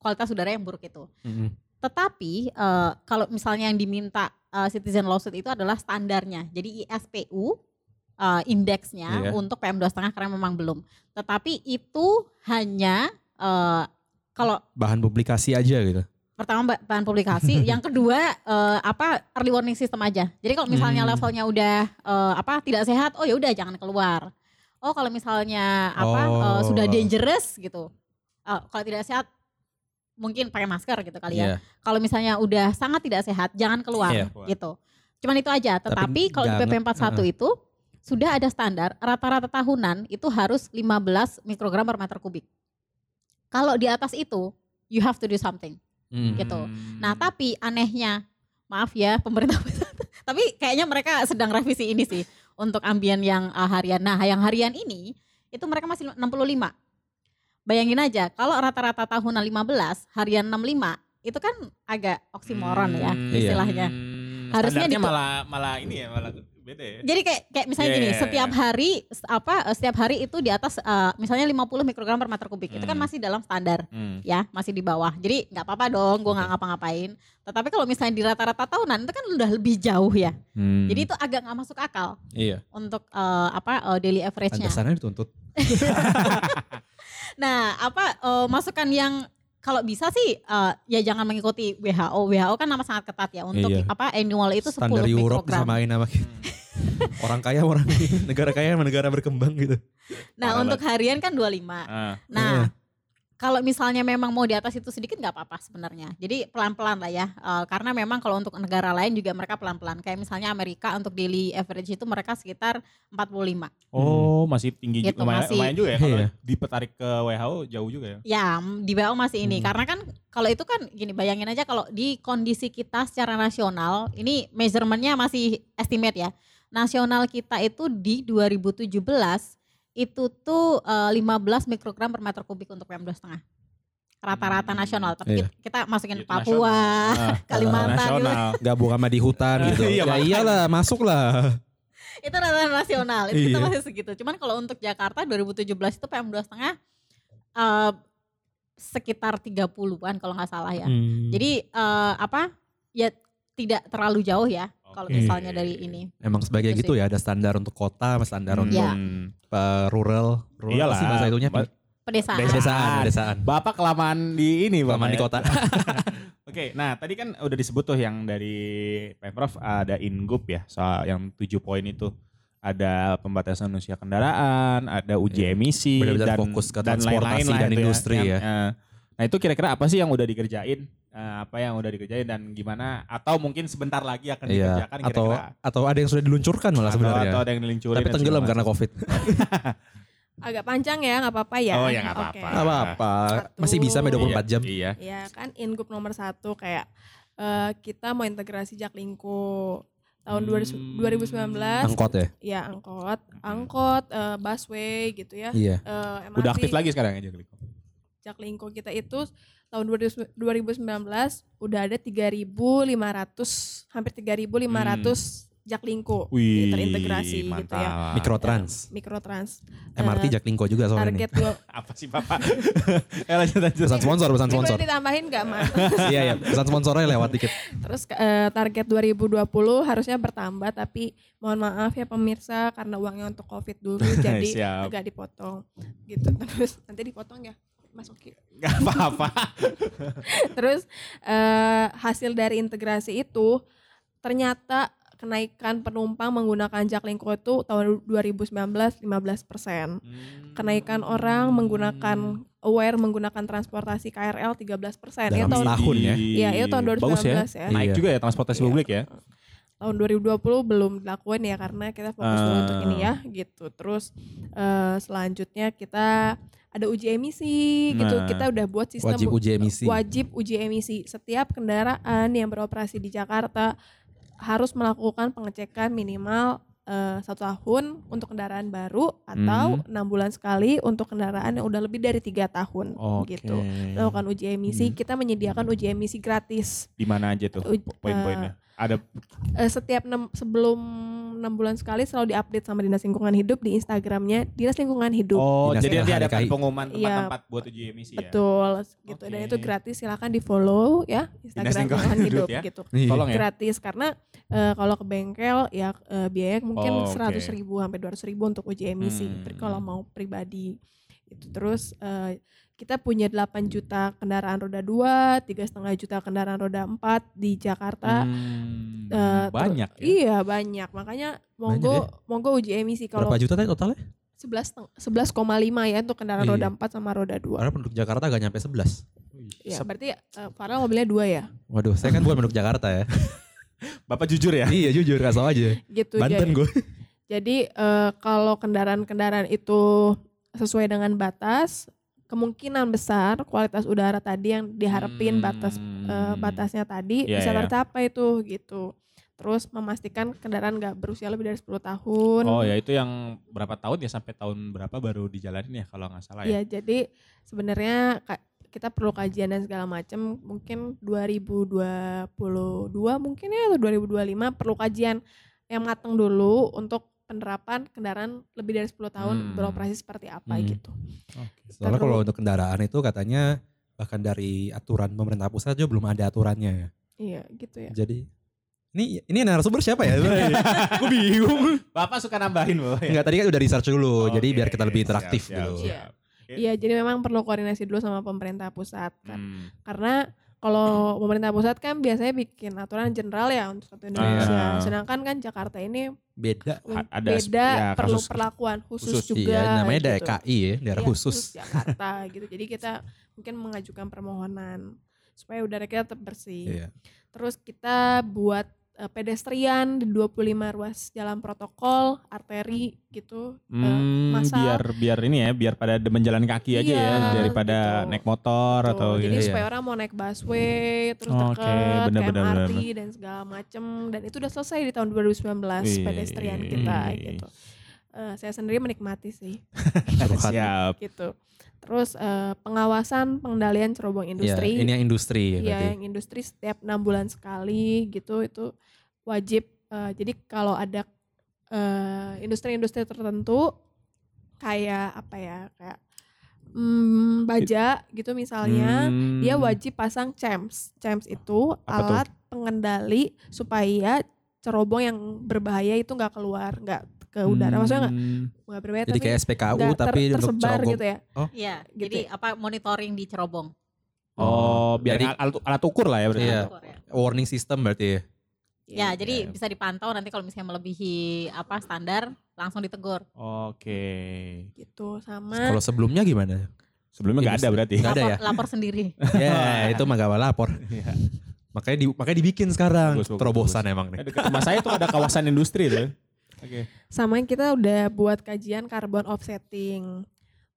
kualitas udara yang buruk itu. Mm-mm. Tetapi eh, kalau misalnya yang diminta eh, citizen lawsuit itu adalah standarnya. Jadi ISPU eh, indeksnya Iya. untuk PM2,5 karena memang belum. Tetapi itu hanya eh, kalau Bahan publikasi aja gitu. pertama ba- bahan [laughs] publikasi, yang kedua eh, apa early warning system aja. Jadi kalau misalnya Hmm. levelnya udah eh, apa tidak sehat, oh ya udah jangan keluar. Oh kalau misalnya apa eh, Oh. sudah dangerous gitu, Eh, kalau tidak sehat mungkin pakai masker gitu kali ya Iya. kalau misalnya udah sangat tidak sehat jangan keluar Iya. gitu. Cuman itu aja. Tetapi kalau di jangan- PP41 itu sudah ada standar rata-rata tahunan itu harus 15 mikrogram per meter kubik. Kalau di atas itu you have to do something Mm. gitu. Nah, Hmm. tapi anehnya, maaf ya pemerintah pusat. [laughs] tapi kayaknya mereka sedang revisi ini sih untuk ambien yang uh, harian. Nah, yang harian ini itu mereka masih 65. Bayangin aja, kalau rata-rata tahunan 15, harian 65, itu kan agak oksimoron ya Hmm, iya. istilahnya. Hmm, Harusnya standarnya di- malah malah ini ya malah beda ya. Jadi kayak kayak misalnya Iya, gini, iya, iya. setiap hari s- apa eh, setiap hari itu di atas eh, misalnya 50 mikrogram per meter kubik. Itu kan Hmm. masih dalam standar. Hmm. ya masih di bawah jadi nggak apa-apa dong gue nggak ngapa-ngapain tetapi kalau misalnya di rata-rata tahunan itu kan udah lebih jauh ya Hmm. jadi itu agak nggak masuk akal Iya. untuk eh, apa eh, daily [laughs] average-nya Pantesannya dituntut. nah apa eh, masukan yang kalau bisa sih eh, ya jangan mengikuti WHO. WHO kan nama sangat ketat ya untuk Iya. apa annual itu 10 Standar Europe mikrogram. disamain sama kita. Hmm. [laughs] orang kaya sama orang negara kaya sama negara berkembang gitu. Nah, Parah untuk harian kan 25. Ah, Nah, kalau misalnya memang mau di atas itu sedikit nggak apa-apa sebenarnya. Jadi pelan-pelan lah ya. Eh, karena memang kalau untuk negara lain juga mereka pelan-pelan. Kayak misalnya Amerika untuk daily average itu mereka sekitar 45. oh masih tinggi Gitu, juga lumayan, masih. lumayan juga ya kalau Iya. dipetarik ke WHO jauh juga ya. Ya, m- di bawah masih ini. Hmm. Karena kan kalau itu kan gini, bayangin aja kalau di kondisi kita secara nasional, ini measurementnya masih estimate ya. Nasional kita itu di 2017 itu tuh eh, 15 mikrogram per meter kubik untuk PM2,5. Rata-rata Hmm. nasional, tapi Iya. kita, kita masukin Itu Papua, [laughs] nasional. Ah, Kalimantan gitu. nasional. Gak buka sama di hutan gitu. Iya, ya makanya. iyalah, masuk lah. itu rata nasional itu kita Iya. masih segitu cuman kalau untuk Jakarta 2017 itu PM 2,5 setengah eh, sekitar 30-an kalau nggak salah ya jadi Hmm. eh, apa ya tidak terlalu jauh ya kalau Oke. misalnya dari ini Emang sebagai Gitu gitu ya, ada standar untuk kota, sama standar Hmm. untuk Iya. uh, rural, rural apa Iyalah. sih bahasa itunya. Ba- pedesaan Desa. Desaan, desaan. Bapak kelamaan di ini, Bapak. Kelamaan di ya. kota. Oke, nah tadi kan udah disebut tuh yang dari Pemprov ada ingup ya, soal yang tujuh poin itu. Ada pembatasan usia kendaraan, ada uji Iya. emisi, Benar-benar dan, fokus ke dan lain-lain transportasi lah dan itu industri Yang- ya. eh, Nah itu kira-kira apa sih yang udah dikerjain? Eh, apa yang udah dikerjain dan gimana? Atau mungkin sebentar lagi akan Iya. dikerjakan Atau kira-kira? atau ada yang sudah diluncurkan malah Atau, atau sebenarnya. ada yang dilincurin? Tapi dan tenggelam segala karena covid. Agak panjang ya, nggak apa-apa ya. Oh, ya nggak Oke. apa-apa. Gak apa-apa. Satu. Masih bisa sampai macam. 24 jam. Iya. Iya kan ingroup nomor satu kayak eh, kita mau integrasi Jaklingko tahun Hmm. 2000 2019 Angkot ya? ya angkot Mhm. angkot eh, busway gitu ya Iya. Eh, MRT, Udah aktif lagi sekarang aja Gliko. Jaklingko kita itu tahun 2000 2019 udah ada 3.500 hampir 3.500 Jaklingko Hmm. Wih, terintegrasi gitu ya mantap. Ah, Mikrotrans. Mikrotrans MRT Jaklingko juga soalnya nih. target dua [laughs] Apa sih Bapak? eh lanjut lanjut. Pesan sponsor, pesan Ini boleh sponsor. ditambahin nggak [laughs] mas Iya, iya. Pesan sponsornya lewat dikit. Terus eh, target 2020 harusnya bertambah tapi mohon maaf ya pemirsa karena uangnya untuk Covid [laughs] dulu jadi Siap. agak dipotong gitu. Terus nanti dipotong ya Mas Oki. Gak apa-apa. Terus eh, hasil dari integrasi itu ternyata kenaikan penumpang menggunakan Jaklingko itu tahun 2019 15%. Kenaikan orang menggunakan aware menggunakan transportasi KRL 13%. Itu Dalam tahun setahun ya. Iya, itu tahun 2019 Bagus ya. ya. Naik Iya. juga ya transportasi Iya. publik ya. tahun 2020 belum dilakuin ya karena kita fokus dulu untuk ini Ah. ya gitu. Terus eh, selanjutnya kita ada uji emisi gitu. Nah. Kita udah buat sistem Wajib u- uji emisi. wajib uji emisi. Setiap kendaraan yang beroperasi di Jakarta harus melakukan pengecekan minimal eh, satu tahun untuk kendaraan baru atau Hmm. enam bulan sekali untuk kendaraan yang udah lebih dari tiga tahun gitu. Melakukan uji Hmm. emisi, kita menyediakan uji emisi gratis. Di mana aja tuh Uj- poin-poinnya? Ada Eh, setiap enam- sebelum enam bulan sekali selalu diupdate sama dinas lingkungan hidup di Instagramnya dinas lingkungan hidup Oh, Dinas jadi nanti ada KHKI. pengumuman Iya. tempat-tempat buat uji emisi ya. betul gitu dan Oke. itu gratis silahkan di follow ya Instagram Lingkungan lingkungan hidup, Hidup ya. gitu [laughs] Iya. Tolong ya. gratis karena eh, kalau ke bengkel ya eh, biaya Oh, mungkin oke. seratus ribu sampai dua ribu untuk uji emisi Hmm. Tapi kalau mau pribadi itu terus eh, kita punya 8 juta kendaraan roda dua tiga setengah juta kendaraan roda 4 di Jakarta Hmm, Eh, ter- banyak ya. Iya banyak, makanya monggo monggo uji emisi kalau Berapa juta tadi totalnya? 11 11,5 ya untuk kendaraan Iya. roda 4 sama roda 2. Karena penduduk Jakarta gak nyampe 11. Ya, Sep- berarti eh, Farel mobilnya dua ya. Waduh, saya kan bukan penduduk Jakarta ya. Bapak jujur ya. [laughs] iya, jujur gak salah aja. Gitu Banten jadi. gue. Jadi eh, kalau kendaraan-kendaraan itu sesuai dengan batas, kemungkinan besar kualitas udara tadi yang diharapin Hmm. batas eh, batasnya tadi Iya, bisa iya. tercapai tuh gitu. Terus memastikan kendaraan nggak berusia lebih dari 10 tahun. Oh ya itu yang berapa tahun ya sampai tahun berapa baru dijalanin ya kalau nggak salah [laughs] ya. Iya, jadi sebenarnya ka- kita perlu kajian dan segala macam. Mungkin 2022 mungkin ya atau 2025 perlu kajian yang matang dulu untuk penerapan kendaraan lebih dari 10 tahun Hmm. beroperasi seperti apa Hmm. gitu. Soalnya Terus- kalau untuk kendaraan itu katanya bahkan dari aturan pemerintah pusat juga belum ada aturannya. Iya, gitu ya. Jadi ini ini narasumber siapa ya? Gue bingung. Bapak suka nambahin Bapak ya. Enggak tadi kan udah research dulu, jadi Oke, biar kita lebih siap, interaktif gitu. siap, dulu. siap. Iya, jadi memang perlu koordinasi dulu sama pemerintah pusat kan. Hmm. Karena kalau pemerintah pusat kan biasanya bikin aturan general ya untuk satu Ah. Indonesia. Sedangkan kan Jakarta ini Beda. Ha- ada beda sp- ya, perlu kasus- perlakuan khusus, khusus, juga. iya, namanya gitu. DKI ya, daerah Iya, khusus. Jakarta [laughs] gitu. Jadi kita mungkin mengajukan permohonan supaya udara kita tetap bersih. Iya. Terus kita buat eh, pedestrian di 25 ruas jalan protokol, arteri gitu. eh, Hmm, masa- biar biar ini ya, biar pada demen jalan kaki aja Iya, ya daripada betul. naik motor Betul, atau jadi iya, gitu ya. supaya orang mau naik busway terus Oke, benar, deket ke benar, MRT benar, dan segala macem dan itu udah selesai di tahun 2019 Wih. pedestrian kita gitu Eh, saya sendiri menikmati sih Curhat. Siap. gitu terus eh, pengawasan pengendalian cerobong Iya, industri ini yang industri ya Iya, berarti. yang industri setiap enam bulan sekali gitu itu wajib. Eh, jadi kalau ada eh, industri-industri tertentu kayak apa ya kayak mm, baja gitu misalnya, Hmm. dia wajib pasang CEMS. CEMS itu Apa tuh? alat pengendali supaya cerobong yang berbahaya itu nggak keluar, nggak ke udara. Maksudnya nggak Hmm. nggak berbahaya Jadi tapi kayak SPKU nggak ter- tapi untuk tersebar cerobong. gitu ya. Iya, Gitu jadi apa monitoring di cerobong. Oh, biar Jadi- alat, alat ukur lah ya berarti. Iya. Ukur ya. Warning system berarti ya. Ya, jadi iya. bisa dipantau nanti kalau misalnya melebihi apa standar langsung ditegur. Oke. Gitu sama Kalau sebelumnya [laughs] gimana? Sebelumnya nggak ada Industri. berarti. Nggak ada lapor, ya? lapor sendiri. Ya, itu mah gak apa lapor. Iya. Makanya di, makanya dibikin sekarang. Bagus, bagus, Terobosan emang nih. Eh, Dekat rumah saya tuh ada kawasan industri tuh. Oke. sama kita udah buat kajian carbon offsetting.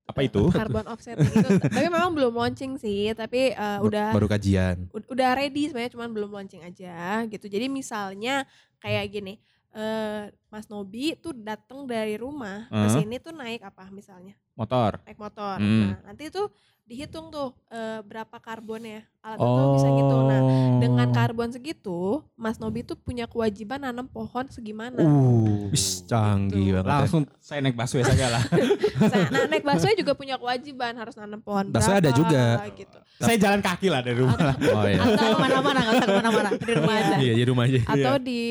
Apa itu? Carbon offsetting [laughs] itu tapi memang belum launching sih, tapi eh, Baru- udah baru kajian. ud- udah ready sebenarnya cuman belum launching aja gitu. Jadi misalnya kayak gini, eh Mas Nobi tuh datang dari rumah ke Hmm. sini tuh naik apa misalnya? Motor. Naik motor. Hmm. Nah, nanti tuh dihitung tuh eh, berapa karbonnya. Alat itu bisa gitu. Nah, Oh. dengan karbon segitu, Mas Nobi tuh punya kewajiban nanam pohon segimana. Uh. Wis, canggih Gitu. banget. ya. Langsung saya naik busway saya lah. Saya, nah, naik busway juga punya kewajiban harus nanam pohon. Busway ada berapa, juga. Gitu. saya jalan kaki lah dari rumah. Oh [laughs] iya. Atau kemana-mana, nggak usah [laughs] kemana-mana, di rumah aja. Iya, di rumah aja. Atau di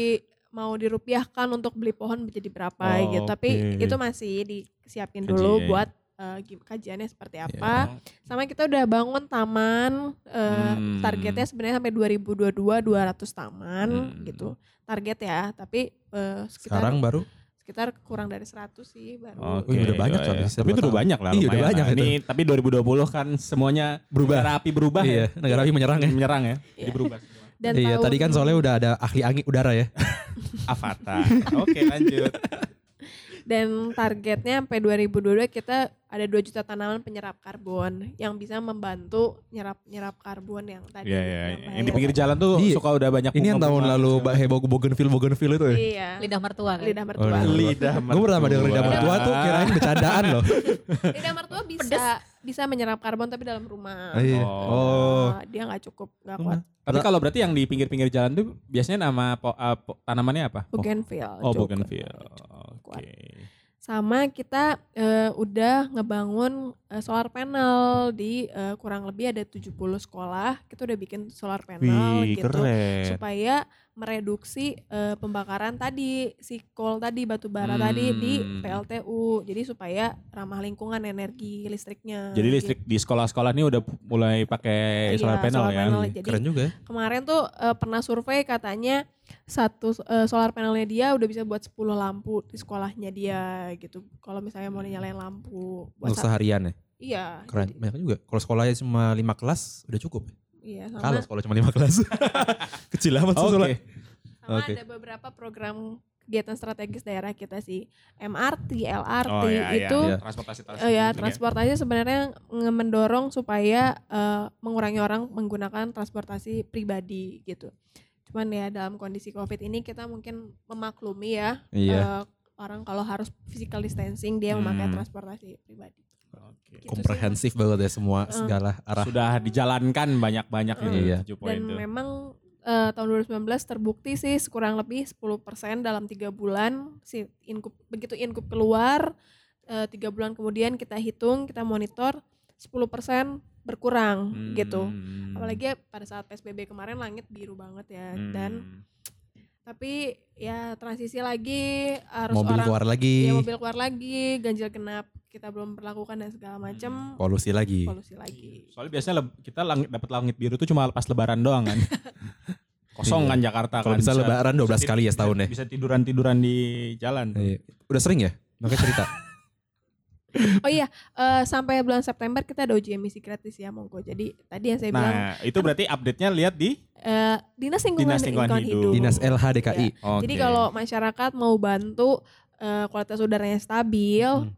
mau dirupiahkan untuk beli pohon menjadi berapa Oh, gitu. Tapi oke. itu masih disiapin Kajian. dulu buat eh, gim- kajiannya seperti Iya. Iya. apa. Sama kita udah bangun taman eh, Hmm. targetnya sebenarnya sampai 2022 200 taman Hmm. gitu. Target ya, tapi eh, sekitar Sekarang baru sekitar kurang dari 100 sih baru. Oke, Wih, udah banyak iya, soalnya, iya. saya Tapi baru itu udah tahu. banyak lah. Iya, lumayan udah lah. banyak itu. Ini tapi 2020 kan semuanya berubah. terapi berubah Iya, ya. negara api menyerang ya. Menyerang ya. Jadi Iya. berubah. Dan iya, tahun- tadi kan soalnya udah ada ahli angin udara ya. Avatar. Oke, [laughs] lanjut. dan targetnya sampai 2022 kita ada 2 juta tanaman penyerap karbon yang bisa membantu nyerap nyerap karbon yang tadi Iya, iya. yang Yang di bahaya. pinggir jalan tuh Iya. suka udah banyak Ini yang tahun bunga-bunga. gitu. lalu Mbak Hebo Bougainville Bougainville itu ya. iya Lidah mertua kan. lidah Oh, mertua lidah. lidah Iya. mertua. Gue pertama denger lidah mertua tuh kirain bercandaan loh. lidah mertua bisa bisa menyerap karbon tapi dalam rumah Iya. Oh. Oh. Nah, dia nggak cukup nggak kuat Tapi kalau berarti yang di pinggir-pinggir jalan tuh biasanya nama po- eh, po- tanamannya apa? bougainville Oh, juga. bougainville. Kuat. Oke. sama kita eh, udah ngebangun eh, solar panel di eh, kurang lebih ada 70 sekolah kita udah bikin solar panel Wih, gitu keren. supaya mereduksi eh, pembakaran tadi si coal tadi batu bara tadi di Hmm. PLTU jadi supaya ramah lingkungan energi listriknya Jadi listrik di sekolah-sekolah ini udah pu- mulai pakai gitu. Iya, solar panel solar ya. panel. Jadi Keren juga ya. kemarin tuh eh, pernah survei katanya satu eh, solar panelnya dia udah bisa buat 10 lampu di sekolahnya dia gitu kalau misalnya mau nyalain lampu buat Untuk sa- seharian ya. iya Keren. jadi- Banyak juga. Kalau sekolahnya cuma 5 kelas udah cukup. ya. iya sama Kalau sekolah cuma 5 kelas. [laughs] Kecil amat sih Oke. sekolah. sama Oke. ada beberapa program kegiatan strategis daerah kita sih MRT Oh, LRT iya, iya. itu Iya. transportasi Eh, ya transportasi sebenarnya nge- mendorong supaya eh, mengurangi orang menggunakan transportasi pribadi gitu. Cuman ya dalam kondisi covid ini kita mungkin memaklumi ya Iya. eh, orang kalau harus physical distancing dia memakai Hmm. transportasi pribadi. Oke. Gitu. Komprehensif banget ya semua Eh. segala arah. Sudah dijalankan banyak-banyak Hmm. Oh, itu Iya. 7 poin Dan tuh. memang eh, tahun 2019 terbukti sih kurang lebih 10% dalam tiga bulan si inkup begitu inkup keluar eh, tiga bulan kemudian kita hitung kita monitor 10% berkurang gitu. Hmm. Hmm. apalagi ya pada saat psbb kemarin langit biru banget ya Hmm. dan Tapi ya transisi lagi harus mobil orang keluar lagi, ya mobil keluar lagi, ganjil genap kita belum perlakukan dan segala macam polusi Hmm. lagi. polusi lagi. Soalnya biasanya leb- kita langit, dapat langit biru tuh cuma pas lebaran doang [laughs] kan. Kosong Iya. kan Jakarta Kalau kan. bisa lebaran 12 tid- kali ya setahun ya. Bisa tiduran-tiduran di jalan. tuh. Iya. Udah sering ya? Makanya [laughs] cerita. Oh iya, eh, sampai bulan September kita ada uji emisi gratis ya monggo. Jadi tadi yang saya bilang kan Nah, itu berarti update-nya lihat di eh, Dinas Lingkungan, Dinas Lingkungan Hidup. Dinas LHDKI. Iya. Jadi Oke. kalau masyarakat mau bantu eh, kualitas udaranya stabil, Hmm.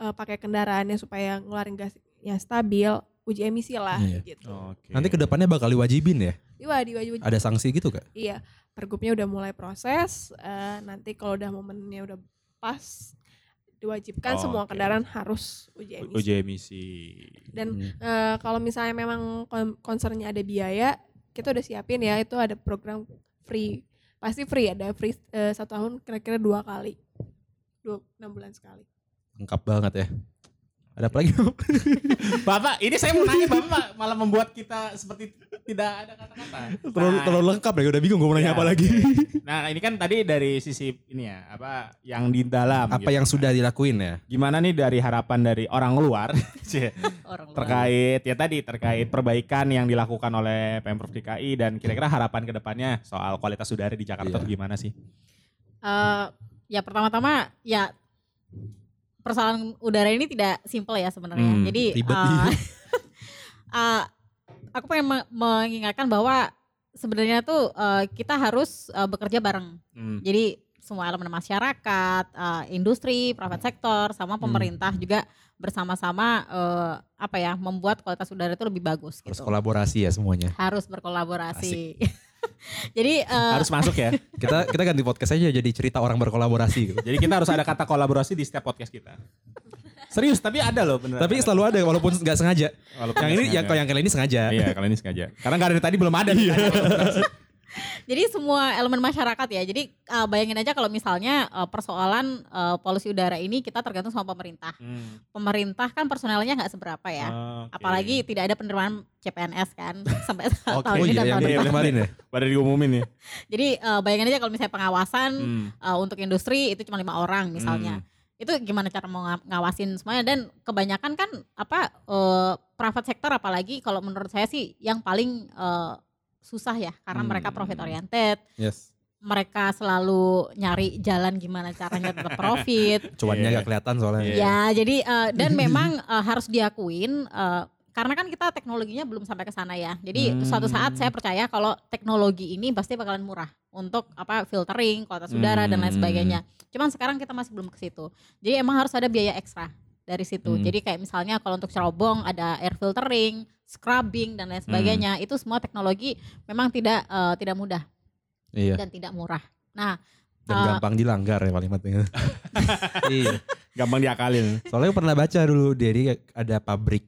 eh, pakai kendaraannya supaya ngeluarin gasnya stabil, uji emisi lah Iya. gitu. Oke. nanti kedepannya bakal diwajibin ya? Iya, diwajib- Ada sanksi gitu gak? Iya, pergubnya udah mulai proses. eh, nanti kalau udah momennya udah pas, diwajibkan Oh, semua oke. kendaraan harus U- uji emisi. uji Hmm. emisi. Dan eh, kalau misalnya memang kon- concernnya ada biaya, kita udah siapin ya itu ada program free, pasti free ada free eh, satu tahun kira-kira dua kali, dua enam bulan sekali. lengkap banget ya. Ada apa lagi? [laughs] Bapak, ini saya mau nanya Bapak malah membuat kita seperti tidak ada kata-kata. terlalu, Nah, terlalu lengkap deh, udah bingung gue mau nanya ya, apa lagi. oke. Nah, ini kan tadi dari sisi ini ya, apa yang di dalam [laughs] apa gitu yang kan. sudah dilakuin ya? Gimana nih dari harapan dari orang luar [laughs] cie, orang luar. terkait ya tadi terkait perbaikan yang dilakukan oleh Pemprov DKI dan kira-kira harapan kedepannya soal kualitas udara di Jakarta Iya. tuh gimana sih? Eh, ya pertama-tama ya persoalan udara ini tidak simple ya sebenarnya. Hmm, Jadi Iya. ribet. eh, [laughs] Ah. eh, aku pengen me- mengingatkan bahwa sebenarnya tuh eh, kita harus eh, bekerja bareng. Hmm. Jadi semua elemen masyarakat, eh, industri, private sector, sama Hmm. pemerintah juga bersama-sama eh, apa ya membuat kualitas udara itu lebih bagus. Harus Gitu. kolaborasi ya semuanya. Harus berkolaborasi. [laughs] Jadi eh, Harus masuk [laughs] ya. Kita kita ganti podcast aja jadi cerita orang berkolaborasi gitu. Jadi kita harus ada kata kolaborasi di setiap podcast kita. Serius, tapi ada loh beneran. Tapi selalu ada walaupun nggak sengaja. Walaupun nggak Yang ini yang sengaja. kalau yang kali ini sengaja. Iya, kalau ini sengaja. Karena nggak dari tadi belum ada. Jadi semua elemen masyarakat ya. Jadi uh, bayangin aja kalau misalnya uh, persoalan uh, polusi udara ini kita tergantung sama pemerintah. Hmm, Pemerintah kan personelnya nggak seberapa Ah. ya. Oh, oke. Apalagi tidak ada penerimaan CPNS kan [laughs] sampai Oke, tahun oh ini dan iya yang tahun iya, dari depan. kemarin ya. pada diumumin ya. Jadi uh, bayangin aja kalau misalnya pengawasan Hmm. uh, untuk industri itu cuma lima orang misalnya. Itu gimana cara mau nga- ngawasin semuanya dan kebanyakan kan apa uh, private sector apalagi kalau menurut saya sih yang paling uh, susah ya karena mereka Hmm. profit oriented Yes. mereka selalu nyari jalan gimana caranya tetap profit. Cuannya Iya. nggak kelihatan soalnya. Iya. ya, jadi eh, dan memang eh, harus diakuin eh, karena kan kita teknologinya belum sampai ke sana ya. Jadi Hmm. suatu saat saya percaya kalau teknologi ini pasti bakalan murah untuk apa filtering, kualitas Hmm. udara dan lain sebagainya. Cuman sekarang kita masih belum ke situ. Jadi emang harus ada biaya ekstra dari situ. Hmm. Jadi kayak misalnya kalau untuk cerobong ada air filtering, scrubbing dan Hmm. lain sebagainya. Itu semua teknologi memang tidak eh, tidak mudah Iya. dan tidak murah. Nah, Dan Eh. gampang dilanggar ya paling [laughs] penting. iya. Gampang diakalin. Soalnya pernah baca dulu jadi ada pabrik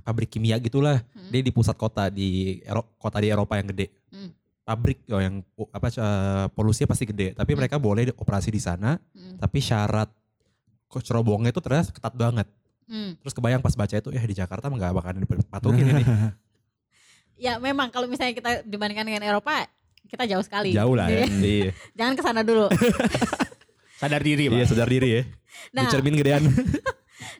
pabrik kimia gitulah. Hmm. Dia di pusat kota di Ero- kota di Eropa yang gede. Hmm. Pabrik oh, yang po- apa eh, polusinya pasti gede, tapi Hmm. mereka boleh di- operasi di sana, mm, tapi syarat kok cerobongnya itu ternyata ketat banget. mm. Terus kebayang pas baca itu ya di Jakarta mah nggak bakalan dipatuhin ini. ya memang kalau misalnya kita dibandingkan dengan Eropa kita jauh sekali. Jauh lah ya. Gitu [laughs] iya. Jangan ke sana [laughs] dulu. Sadar diri, Pak. Iya, sadar diri ya. Nah, Di cermin gedean.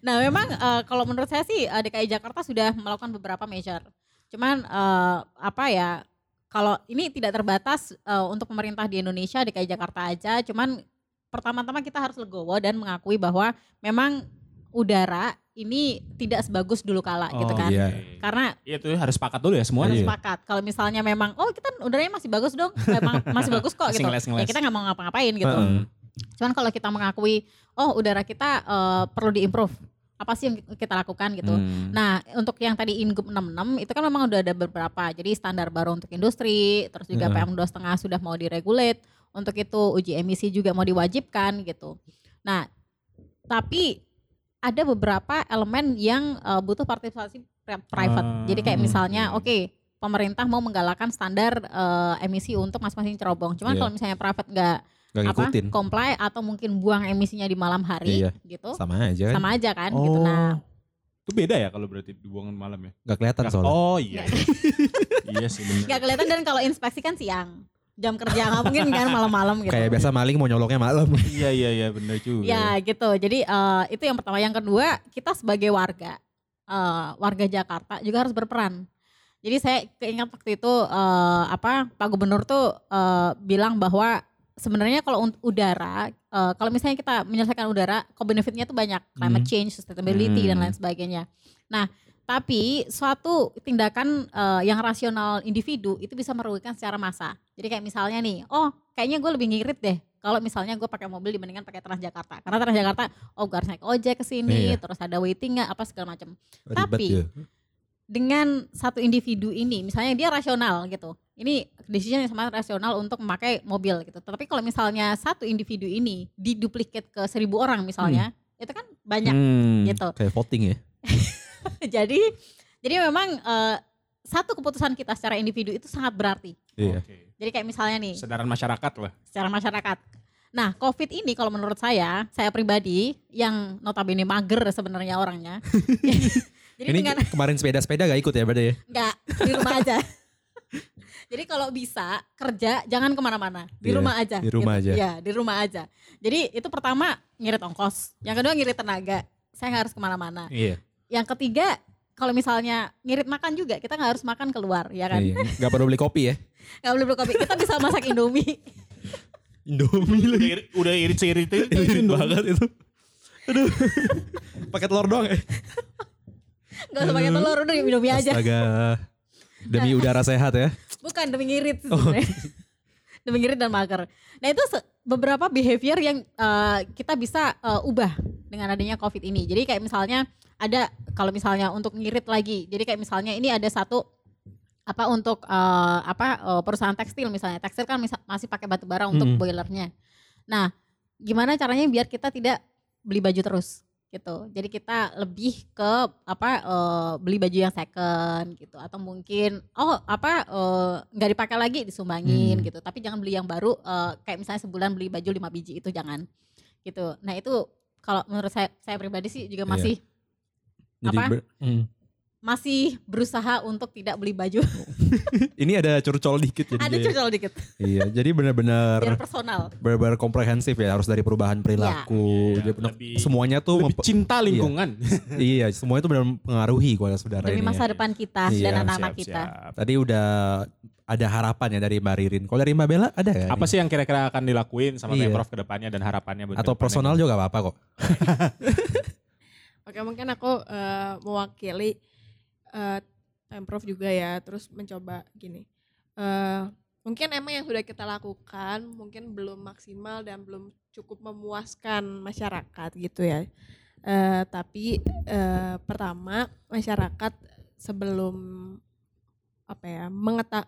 nah memang eh, kalau menurut saya sih eh, DKI Jakarta sudah melakukan beberapa measure. Cuman eh, apa ya kalau ini tidak terbatas eh, untuk pemerintah di Indonesia DKI Jakarta aja. Cuman pertama-tama kita harus legowo dan mengakui bahwa memang udara ini tidak sebagus dulu kala gitu kan. iya. Karena oh, Iya tuh harus sepakat dulu ya semua. Iya. sepakat. Kalau misalnya memang oh kita udaranya masih bagus dong, emang masih bagus [laughs] kok Masih gitu. ngeles-ngeles. Ya kita nggak mau ngapa-ngapain gitu. Heeh. Cuman kalau kita mengakui oh udara kita eh, perlu diimprove. Apa sih yang kita lakukan gitu. Hmm. Nah, untuk yang tadi Ingup 66 itu kan memang udah ada beberapa. Jadi standar baru untuk industri, terus juga Hmm. Heeh. PM2,5 sudah mau diregulate. Untuk itu uji emisi juga mau diwajibkan gitu. Nah, tapi ada beberapa elemen yang eh, butuh partisipasi pri- private. Ah, Jadi kayak misalnya, oke. oke, pemerintah mau menggalakkan standar eh, emisi untuk masing-masing cerobong. Cuman Iya. kalau misalnya private nggak Gak apa ngikutin. comply atau mungkin buang emisinya di malam hari Iya. gitu, Sama aja kan. Oh. sama aja kan gitu. Nah, Oh. Itu beda ya kalau berarti dibuangin malam ya. Gak kelihatan soalnya. Oh iya. iya sih benar. nggak kelihatan dan kalau inspeksi kan siang jam kerja nggak mungkin kan malam-malam gitu. Kayak biasa maling mau nyolongnya malam. Iya iya iya bener juga. Ya gitu. Jadi eh, itu yang pertama. Yang kedua kita sebagai warga eh, warga Jakarta juga harus berperan. Jadi saya keingat waktu itu eh, apa Pak Gubernur tuh eh, bilang bahwa sebenarnya kalau untuk udara eh, kalau misalnya kita menyelesaikan udara, co-benefitnya tuh banyak climate Hmm. change, sustainability dan lain Hmm. sebagainya. Nah tapi suatu tindakan eh, yang rasional individu itu bisa merugikan secara massa. Jadi kayak misalnya nih, oh kayaknya gue lebih ngirit deh kalau misalnya gue pakai mobil dibandingkan pakai Transjakarta. Karena Transjakarta, oh gue harus naik ojek ke sini, Iya. terus ada waiting nggak, apa segala macam. Ribet Tapi- ya. Dengan satu individu ini, misalnya dia rasional gitu. Ini decision yang sangat rasional untuk memakai mobil gitu. Tapi kalau misalnya satu individu ini diduplikat ke seribu orang misalnya, itu kan ya. banyak Hmm. gitu. [laughs] Kayak voting ya. jadi, jadi memang eh, satu keputusan kita secara individu itu sangat berarti. Iya. Oke. Jadi kayak misalnya nih, Kesadaran masyarakat lah. secara masyarakat. Nah, COVID ini kalau menurut saya, saya pribadi yang notabene mager sebenarnya [laughs] orangnya. Jadi Ini dengan kemarin sepeda-sepeda gak ikut ya berarti ya? enggak di rumah aja. [laughs] Jadi kalau bisa kerja jangan kemana-mana, di Iya, rumah aja. di rumah aja. Iya, di rumah aja. Jadi itu pertama ngirit ongkos, yang kedua ngirit tenaga. Saya nggak harus kemana-mana. Iya. Yang ketiga kalau misalnya ngirit makan juga, kita nggak harus makan keluar, ya kan? Iya. Gak perlu beli kopi ya. Nggak boleh beli kopi, kita bisa masak indomie. [laughs] Indomie Udah lagi. irit udah irit irit Irit banget itu. Aduh. Pakai telur doang ya. Nggak usah pakai telur, udah indomie Ya aja. Astaga. Demi udara sehat ya. Bukan demi ngirit sih sebenarnya. [laughs] demi ngirit dan mager. Nah itu se- beberapa behavior yang eh, kita bisa eh, ubah dengan adanya COVID ini. Jadi kayak misalnya ada kalau misalnya untuk ngirit lagi. Jadi kayak misalnya ini ada satu apa untuk eh, apa eh, perusahaan tekstil misalnya. Tekstil kan misa- masih pakai batu bara untuk Mm-mm. boilernya. Nah, gimana caranya biar kita tidak beli baju terus gitu. Jadi kita lebih ke apa eh, beli baju yang second gitu atau mungkin oh apa eh, nggak dipakai lagi disumbangin Hmm. gitu. Tapi jangan beli yang baru eh, kayak misalnya sebulan beli baju 5 biji itu jangan gitu. Nah, itu kalau menurut saya saya pribadi sih juga Iya. masih Apa? ber- Hmm. masih berusaha untuk tidak beli baju. Ini ada curcol dikit jadi. [laughs] Ada ya. curcol dikit Iya, jadi benar-benar biar personal. benar-benar komprehensif ya harus dari perubahan perilaku Iya, Dia benar- lebih- semuanya tuh Lebih mempe- cinta lingkungan. iya semuanya tuh benar mempengaruhi kualitas udara Demi ini ya. masa depan kita Iya, dan anak-anak Siap, kita. siap. tadi udah ada harapan ya dari Mbak Ririn kalau dari Mbak Bella ada gak Apa sih yang kira-kira akan dilakuin sama Iya. Pemprov ke depannya dan harapannya buat ke atau depannya? personal juga gak apa-apa kok Oke mungkin aku eh, mewakili eh, pemprov juga ya, terus mencoba gini. Eh, mungkin emang yang sudah kita lakukan mungkin belum maksimal dan belum cukup memuaskan masyarakat gitu ya. Eh, tapi eh, pertama masyarakat sebelum apa ya mengeta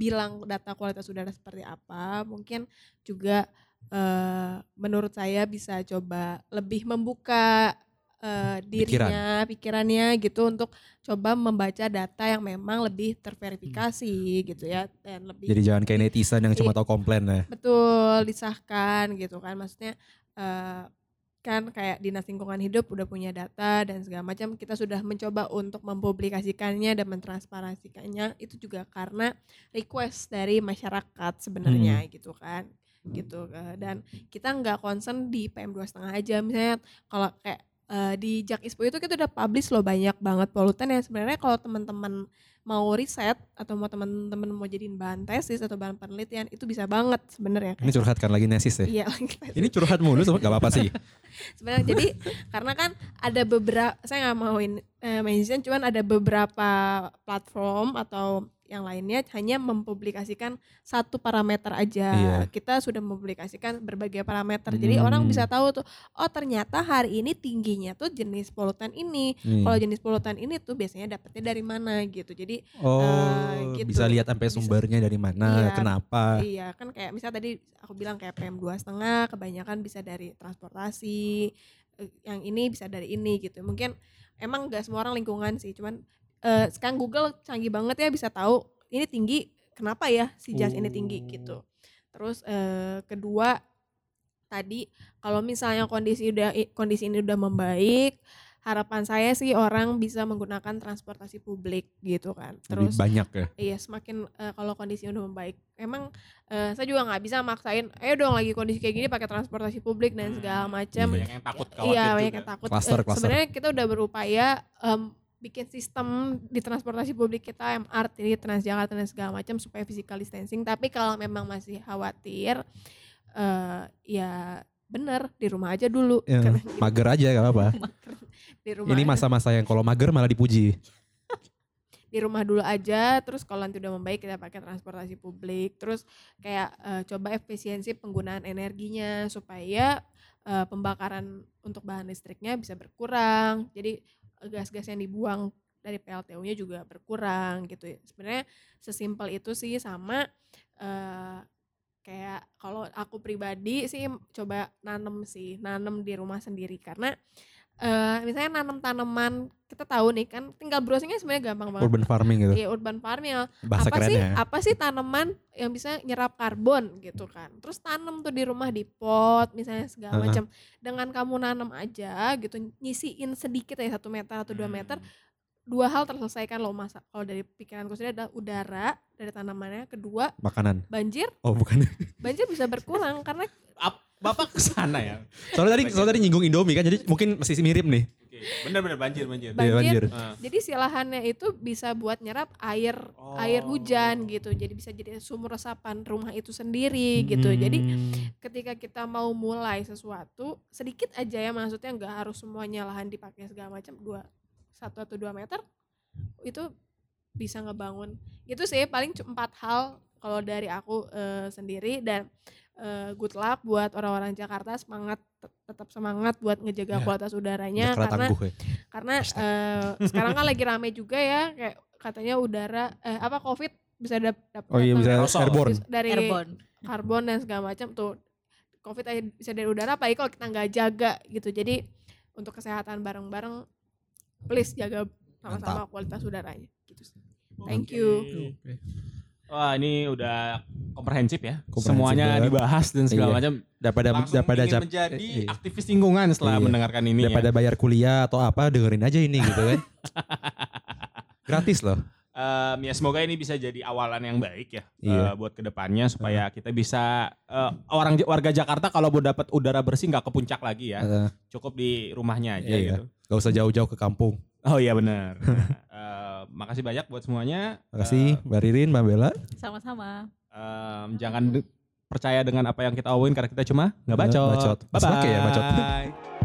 bilang data kualitas udara seperti apa, mungkin juga eh, menurut saya bisa coba lebih membuka eh, dirinya, pikirannya gitu untuk coba membaca data yang memang lebih terverifikasi gitu ya dan lebih Hmm. jadi jangan kayak netizen yang cuma Iya. tahu komplain ya betul disahkan gitu kan maksudnya eh, kan kayak dinas lingkungan hidup udah punya data dan segala macam kita sudah mencoba untuk mempublikasikannya dan mentransparansikannya itu juga karena request dari masyarakat sebenarnya Hmm. gitu kan gitu eh, dan kita nggak concern di PM 2,5 setengah aja misalnya kalau kayak eh, di Jakispo itu kita udah publish loh banyak banget polutan yang sebenarnya kalau teman-teman mau riset atau mau teman-teman mau jadiin bahan tesis atau bahan penelitian itu bisa banget sebenarnya ini kayak- curhatkan lagi nesis ya iya [laughs] lagi tesis ini curhat mulu sama gak apa-apa sih sebenarnya jadi karena kan ada beberapa saya nggak mau in, eh, mention cuman ada beberapa platform atau yang lainnya hanya mempublikasikan satu parameter aja Iya. kita sudah mempublikasikan berbagai parameter jadi orang Hmm. bisa tahu tuh oh ternyata hari ini tingginya tuh jenis polutan ini Nih. kalau jenis polutan ini tuh biasanya dapetnya dari mana gitu jadi oh gitu. bisa lihat sampai Bisa. sumbernya dari mana Iya. kenapa Iya kan kayak misal tadi aku bilang kayak PM dua setengah kebanyakan bisa dari transportasi eh, yang ini bisa dari ini gitu mungkin emang nggak semua orang lingkungan sih cuman eh, sekarang Google canggih banget ya bisa tahu ini tinggi kenapa ya si jas ini tinggi gitu terus eh, kedua tadi kalau misalnya kondisi udah kondisi ini udah membaik harapan saya sih orang bisa menggunakan transportasi publik gitu kan. Lebih Terus banyak ya. Iya semakin eh, kalau kondisinya udah membaik. Emang eh, saya juga nggak bisa maksain, ayo dong lagi kondisi kayak gini pakai transportasi publik dan segala macam. banyak Hmm, yang takut khawatir Iya banyak juga. yang takut. Cluster, Eh, cluster. Sebenarnya kita udah berupaya em, bikin sistem di transportasi publik kita MRT, Transjakarta dan segala macam supaya physical distancing. Tapi kalau memang masih khawatir, eh, ya bener di rumah aja dulu. Ya, [laughs] [laughs] Karena gitu. mager aja gak apa-apa. di rumah Ini masa-masa yang kalau mager malah dipuji. di rumah dulu aja terus kalau nanti udah membaik kita pakai transportasi publik terus kayak eh, coba efisiensi penggunaan energinya supaya eh, pembakaran untuk bahan listriknya bisa berkurang jadi eh, gas-gas yang dibuang dari PLTU-nya juga berkurang gitu ya sebenarnya sesimpel itu sih sama eh, kayak kalau aku pribadi sih coba nanem sih nanem di rumah sendiri karena eh, misalnya nanam tanaman kita tahu nih kan tinggal browsingnya sebenarnya gampang banget Urban farming gitu. Iya urban farming ya. Bahasa apa sih kerennya. apa sih tanaman yang bisa nyerap karbon gitu kan. Terus tanam tuh di rumah di pot misalnya segala Heeh. macam. Dengan kamu nanam aja gitu nyisiin sedikit ya satu meter atau dua meter. Hmm. Dua hal terselesaikan loh masa kalau dari pikiranku sendiri adalah udara dari tanamannya. Kedua Makanan. banjir Oh bukan. [laughs] banjir bisa berkurang karena Ap- Bapak kesana ya. Soalnya tadi soalnya tadi nyinggung Indomie kan jadi mungkin masih mirip nih. Iya, Oke, Bener-bener banjir banjir. Ba- Banjir. Ah. jadi si lahannya itu bisa buat nyerap air air hujan Oh. gitu. Jadi bisa jadi sumur resapan rumah itu sendiri gitu. Hmm. Jadi ketika kita mau mulai sesuatu sedikit aja ya maksudnya nggak harus semuanya lahan dipakai segala macam dua satu atau dua meter itu bisa ngebangun itu sih paling cu- empat hal kalau dari aku eh, sendiri dan eh, good luck buat orang-orang Jakarta semangat te- tetap semangat buat Ya. ngejaga kualitas udaranya Jakarta karena tangguh ya. karena eh, sekarang kan lagi rame juga ya kayak katanya udara eh, apa covid bisa dap- dap- Oh iya datang bisa Aerosol. airborne. dari Airborne. karbon dan segala macam tuh covid aja bisa dari udara apalagi kalau kita nggak jaga gitu jadi untuk kesehatan bareng-bareng please jaga sama-sama kualitas udaranya gitu sih thank you Wah ini udah komprehensif ya. Komprehensif Semuanya banget. dibahas dan segala Iya. macam. Daripada Langsung daripada ingin jam- menjadi eh, iya. aktivis lingkungan setelah Iya. mendengarkan ini. ya. daripada bayar kuliah atau apa dengerin aja ini gitu kan. Gratis loh. Em, ya semoga ini bisa jadi awalan yang baik ya eh, Iya. buat kedepannya supaya kita bisa eh, orang warga Jakarta kalau mau dapat udara bersih nggak ke puncak lagi ya Heeh. cukup di rumahnya aja Eh. Iya. gitu. Gak usah jauh-jauh ke kampung. Oh iya benar. [laughs] Eh, makasih banyak buat semuanya. Makasih Mbak Ririn, Mbak Bella. Sama-sama. Eh, em, jangan de- percaya dengan apa yang kita omongin karena kita cuma nggak bacot. Bacot. Bye bye. Oke ya, bacot.